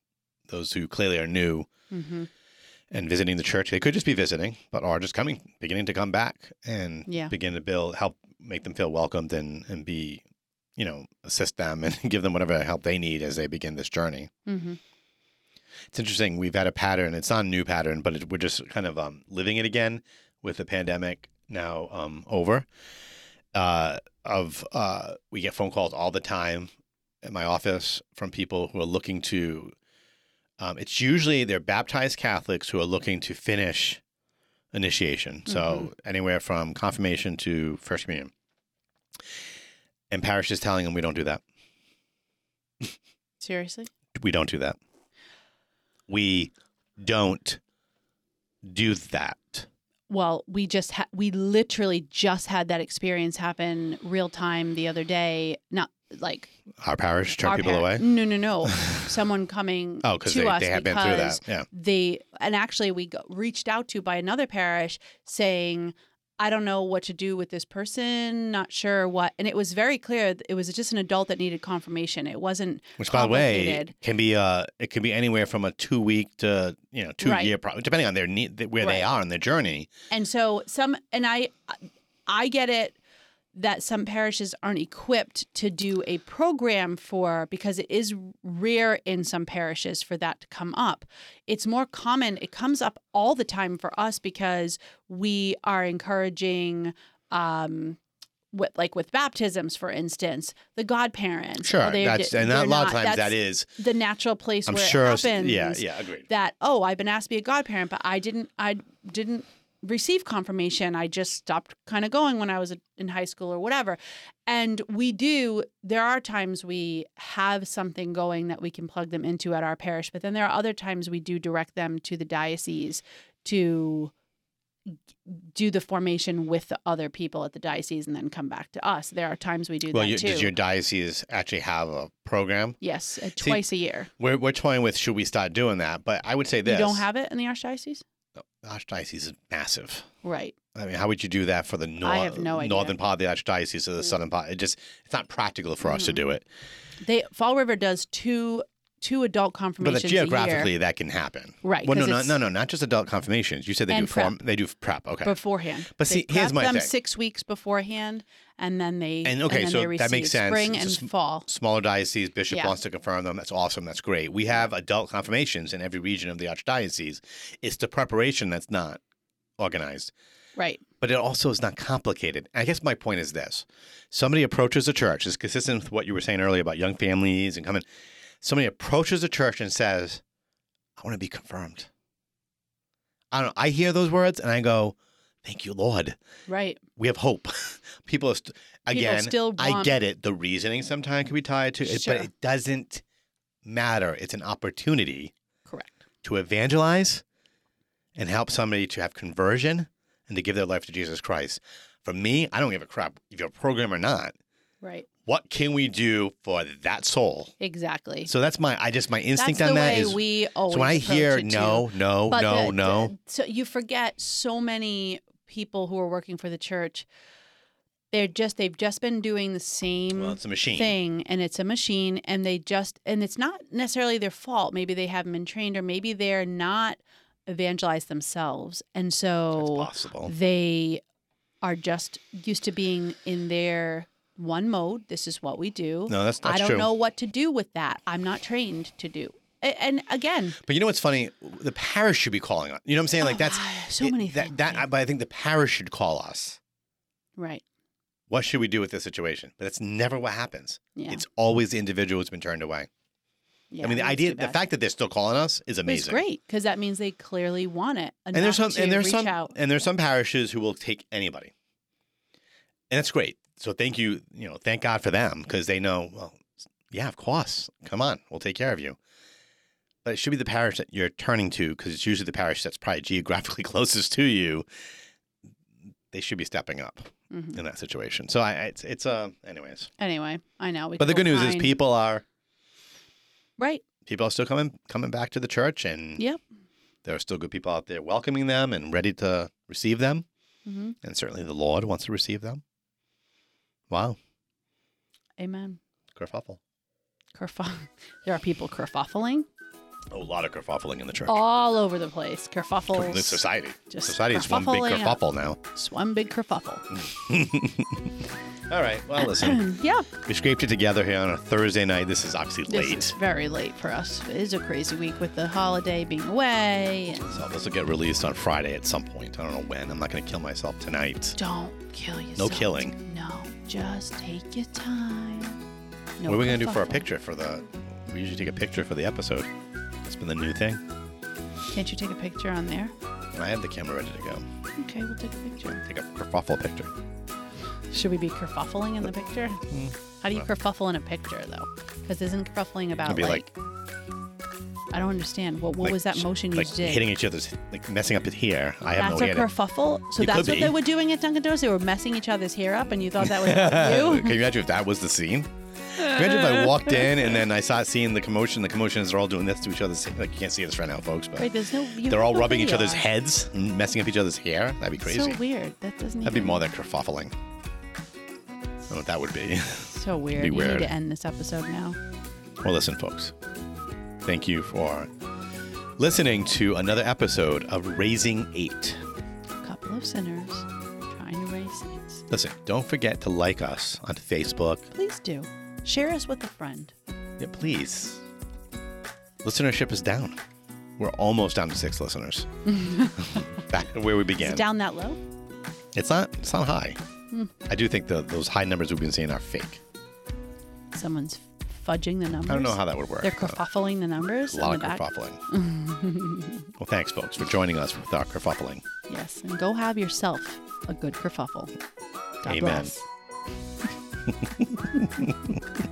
Speaker 1: those who clearly are new
Speaker 2: hmm
Speaker 1: and visiting the church they could just be visiting but are just coming beginning to come back and
Speaker 2: Yeah.
Speaker 1: begin to build help make them feel welcomed and and be you know assist them [laughs] and give them whatever help they need as they begin this journey
Speaker 2: hmm
Speaker 1: it's interesting we've had a pattern it's not a new pattern but it, we're just kind of um, living it again with the pandemic now um, over uh, of uh, we get phone calls all the time at my office from people who are looking to um, it's usually they're baptized catholics who are looking to finish initiation so anywhere from confirmation to first communion and parish is telling them we don't do that
Speaker 2: Seriously,
Speaker 1: we don't do that. We don't do that.
Speaker 2: well, we just ha- we literally just had that experience happen real time the other day. Not like
Speaker 1: Our parish turn
Speaker 2: our
Speaker 1: people
Speaker 2: par-
Speaker 1: away.
Speaker 2: [laughs] No,
Speaker 1: [laughs]
Speaker 2: no, no. Someone coming
Speaker 1: Oh, because
Speaker 2: to
Speaker 1: they,
Speaker 2: us
Speaker 1: they have been
Speaker 2: because
Speaker 1: through that. Yeah.
Speaker 2: they and actually we got reached out to by another parish saying i don't know what to do with this person not sure what and it was very clear th- it was just an adult that needed confirmation it wasn't
Speaker 1: Which, by the way,
Speaker 2: complicated.
Speaker 1: can be uh, it can be anywhere from a two week to you know two
Speaker 2: Right.
Speaker 1: year, pro- depending on their need, where they
Speaker 2: Right.
Speaker 1: are in their journey.
Speaker 2: and so some and i i get it that some parishes aren't equipped to do a program for because it is rare in some parishes for that to come up. It's more common, it comes up all the time for us because we are encouraging um with, like with baptisms, for instance, the godparent.
Speaker 1: Sure, that's and that, a lot of times that
Speaker 2: that is
Speaker 1: is.
Speaker 2: the natural place
Speaker 1: I'm
Speaker 2: where
Speaker 1: sure.
Speaker 2: it happens
Speaker 1: Yeah. Yeah. Agreed.
Speaker 2: that oh i've been asked to be a godparent but i didn't i didn't receive confirmation i just stopped kind of going when i was in high school or whatever and we do there are times we have something going that we can plug them into at our parish but then there are other times we do direct them to the diocese to do the formation with the other people at the diocese and then come back to us there are times we do
Speaker 1: Well,
Speaker 2: that
Speaker 1: you,
Speaker 2: too
Speaker 1: does your diocese actually have a program?
Speaker 2: yes uh, twice a year
Speaker 1: We're we're toying with should we start doing that? But I would say this:
Speaker 2: you don't have it in the archdiocese
Speaker 1: archdiocese is massive.
Speaker 2: right
Speaker 1: I mean, how would you do that for the nor-
Speaker 2: I have no idea.
Speaker 1: northern part of the archdiocese or the southern part? It just it's not practical for us to do it.
Speaker 2: They Fall River does two two adult
Speaker 1: But
Speaker 2: confirmations
Speaker 1: that geographically,
Speaker 2: a year
Speaker 1: that can happen.
Speaker 2: Right,
Speaker 1: Well, no,
Speaker 2: 'cause
Speaker 1: no,
Speaker 2: it's-
Speaker 1: no, no, not just adult confirmations. You said they do
Speaker 2: And
Speaker 1: form. They do prep. Okay.
Speaker 2: beforehand.
Speaker 1: But
Speaker 2: They
Speaker 1: see, here's
Speaker 2: prep
Speaker 1: my
Speaker 2: them
Speaker 1: thing.
Speaker 2: six weeks beforehand, and then they
Speaker 1: And okay,
Speaker 2: then
Speaker 1: so
Speaker 2: they
Speaker 1: that
Speaker 2: receive
Speaker 1: makes sense.
Speaker 2: Spring
Speaker 1: It's
Speaker 2: and
Speaker 1: just-
Speaker 2: fall.
Speaker 1: Smaller diocese bishop
Speaker 2: Yeah.
Speaker 1: wants to confirm them. That's awesome. That's great. We have adult confirmations in every region of the archdiocese. It's the preparation that's not organized.
Speaker 2: Right.
Speaker 1: but it also is not complicated. I guess my point is this: somebody approaches a church. It's consistent with what you were saying earlier about young families and coming. Somebody approaches a church and says, "I want to be confirmed." I don't. I hear those words and I go, "Thank you, Lord.
Speaker 2: Right.
Speaker 1: We have hope." [laughs] People are st-
Speaker 2: People
Speaker 1: again.
Speaker 2: still
Speaker 1: I
Speaker 2: want-
Speaker 1: get it. The reasoning sometimes can be tied to it,
Speaker 2: Sure.
Speaker 1: but it doesn't matter. It's an opportunity
Speaker 2: Correct.
Speaker 1: to evangelize and help somebody to have conversion and to give their life to Jesus Christ. For me, I don't give a crap if you're a program or not.
Speaker 2: Right.
Speaker 1: What can we do for that soul?
Speaker 2: Exactly.
Speaker 1: So that's my I just my instinct
Speaker 2: That's
Speaker 1: on
Speaker 2: the
Speaker 1: that
Speaker 2: way
Speaker 1: is
Speaker 2: we always.
Speaker 1: so when I
Speaker 2: approach
Speaker 1: hear
Speaker 2: it, too.
Speaker 1: no, no,
Speaker 2: But
Speaker 1: no,
Speaker 2: the-
Speaker 1: no.
Speaker 2: the- so you forget so many people who are working for the church. They're just they've just been doing the same.
Speaker 1: well, it's a machine.
Speaker 2: thing and it's a machine and they just and it's not necessarily their fault maybe they haven't been trained or maybe they're not evangelized themselves and
Speaker 1: That's
Speaker 2: so
Speaker 1: possible.
Speaker 2: they are just used to being in their one mode. This is what we do.
Speaker 1: No, that's, that's
Speaker 2: I don't
Speaker 1: true.
Speaker 2: know what to do with that. I'm not trained to do. A- And again,
Speaker 1: But you know what's funny? The parish should be calling on. You know what I'm saying? Like
Speaker 2: oh,
Speaker 1: that's
Speaker 2: God, so
Speaker 1: it-
Speaker 2: many
Speaker 1: that,
Speaker 2: things.
Speaker 1: That, but I think the parish should call us.
Speaker 2: right.
Speaker 1: What should we do with this situation? But that's never what happens.
Speaker 2: Yeah.
Speaker 1: It's always the individual who's been turned away.
Speaker 2: yeah
Speaker 1: I mean, the
Speaker 2: that's
Speaker 1: idea,
Speaker 2: too
Speaker 1: the
Speaker 2: bad.
Speaker 1: fact that they're still calling us is amazing.
Speaker 2: It's great because that means they clearly want it. Enough
Speaker 1: And there's some,
Speaker 2: to
Speaker 1: and there's
Speaker 2: reach
Speaker 1: some,
Speaker 2: out.
Speaker 1: and there's some parishes who will take anybody, and that's great. So thank you, you know, thank God for them because they know, well, yeah, of course, come on, we'll take care of you. But it should be the parish that you're turning to because it's usually the parish that's probably geographically [laughs] closest to you. They should be stepping up
Speaker 2: Mhm.
Speaker 1: in that situation. So I, I- it's it's uh, anyways.
Speaker 2: Anyway, I know. We
Speaker 1: But the
Speaker 2: could
Speaker 1: good
Speaker 2: go
Speaker 1: news is
Speaker 2: find-
Speaker 1: people are
Speaker 2: Right.
Speaker 1: people are still coming coming back to the church, and
Speaker 2: Yep.
Speaker 1: there are still good people out there welcoming them and ready to receive them.
Speaker 2: hmm
Speaker 1: And certainly the Lord wants to receive them. Wow.
Speaker 2: Amen.
Speaker 1: Kerfuffle.
Speaker 2: Kerfuff. [laughs] There are people kerfuffling
Speaker 1: A lot of kerfuffling in the church.
Speaker 2: all over the place.
Speaker 1: In
Speaker 2: Kerfuffles.
Speaker 1: society.
Speaker 2: Just
Speaker 1: society is one big
Speaker 2: kerfuffling up.
Speaker 1: kerfuffle now.
Speaker 2: It's one big kerfuffle.
Speaker 1: Mm. All right. Well, listen,
Speaker 2: [clears throat] yeah.
Speaker 1: we scraped it together here on a Thursday night. This is obviously
Speaker 2: This
Speaker 1: late.
Speaker 2: is very late for us. It is a crazy week with the holiday being away. And
Speaker 1: So this will get released on Friday at some point. I don't know when. I'm not going to kill myself tonight.
Speaker 2: don't kill yourself.
Speaker 1: killing.
Speaker 2: No. Just take your time. No
Speaker 1: what are we going to do for our
Speaker 2: kerfuffle.
Speaker 1: picture for the. We usually take a picture for the episode. It's been the new thing.
Speaker 2: Can't you take a picture on there?
Speaker 1: And I have the camera ready to go.
Speaker 2: Okay, we'll take a picture.
Speaker 1: Take a kerfuffle picture.
Speaker 2: Should we be kerfuffling in the picture?
Speaker 1: Mm.
Speaker 2: How do you kerfuffle in a picture, though? Because isn't kerfuffling
Speaker 1: It'll
Speaker 2: about
Speaker 1: be like,
Speaker 2: like, I don't understand. What what
Speaker 1: like
Speaker 2: was that
Speaker 1: sh-
Speaker 2: motion you
Speaker 1: like
Speaker 2: just did?
Speaker 1: Hitting each other's, like messing up his hair. I have
Speaker 2: that's
Speaker 1: no
Speaker 2: a
Speaker 1: idea.
Speaker 2: kerfuffle. So
Speaker 1: It could
Speaker 2: that's what
Speaker 1: be.
Speaker 2: they were doing at Dunkin' Donuts. They were messing each other's hair up, and you thought
Speaker 1: [laughs]
Speaker 2: that [laughs] was
Speaker 1: Can
Speaker 2: you.
Speaker 1: you imagine if that was the scene? Imagine if I walked in and then I saw seeing the commotion. The commotions are all doing this to each other. Like you can't see this right now, folks, but
Speaker 2: Right? There's no. You
Speaker 1: they're all
Speaker 2: no
Speaker 1: rubbing each
Speaker 2: video.
Speaker 1: other's heads, and messing up each other's hair. That'd be
Speaker 2: It's
Speaker 1: crazy.
Speaker 2: So weird. That doesn't.
Speaker 1: That'd be
Speaker 2: even-
Speaker 1: more than kerfuffling. I don't know what that would be. [laughs]
Speaker 2: So weird.
Speaker 1: be
Speaker 2: You
Speaker 1: weird.
Speaker 2: need to end this episode now.
Speaker 1: well, listen, folks. Thank you for listening to another episode of Raising Eight.
Speaker 2: A couple of sinners trying to raise saints.
Speaker 1: Listen, don't forget to like us on Facebook.
Speaker 2: Please do share us with a friend.
Speaker 1: Yeah, please. Listenership is down. We're almost down to six listeners.
Speaker 2: [laughs]
Speaker 1: Back to where we
Speaker 2: Is
Speaker 1: began.
Speaker 2: it down that low?
Speaker 1: It's not. It's not high. I do think the, those high numbers we've been seeing are fake.
Speaker 2: Someone's fudging the numbers.
Speaker 1: I don't know how that would work.
Speaker 2: They're
Speaker 1: but
Speaker 2: kerfuffling the numbers
Speaker 1: A
Speaker 2: in
Speaker 1: lot
Speaker 2: the
Speaker 1: of
Speaker 2: back.
Speaker 1: kerfuffling.
Speaker 2: [laughs]
Speaker 1: well, thanks, folks, for joining us with our kerfuffling.
Speaker 2: Yes, and go have yourself a good kerfuffle. God
Speaker 1: Amen.
Speaker 2: bless.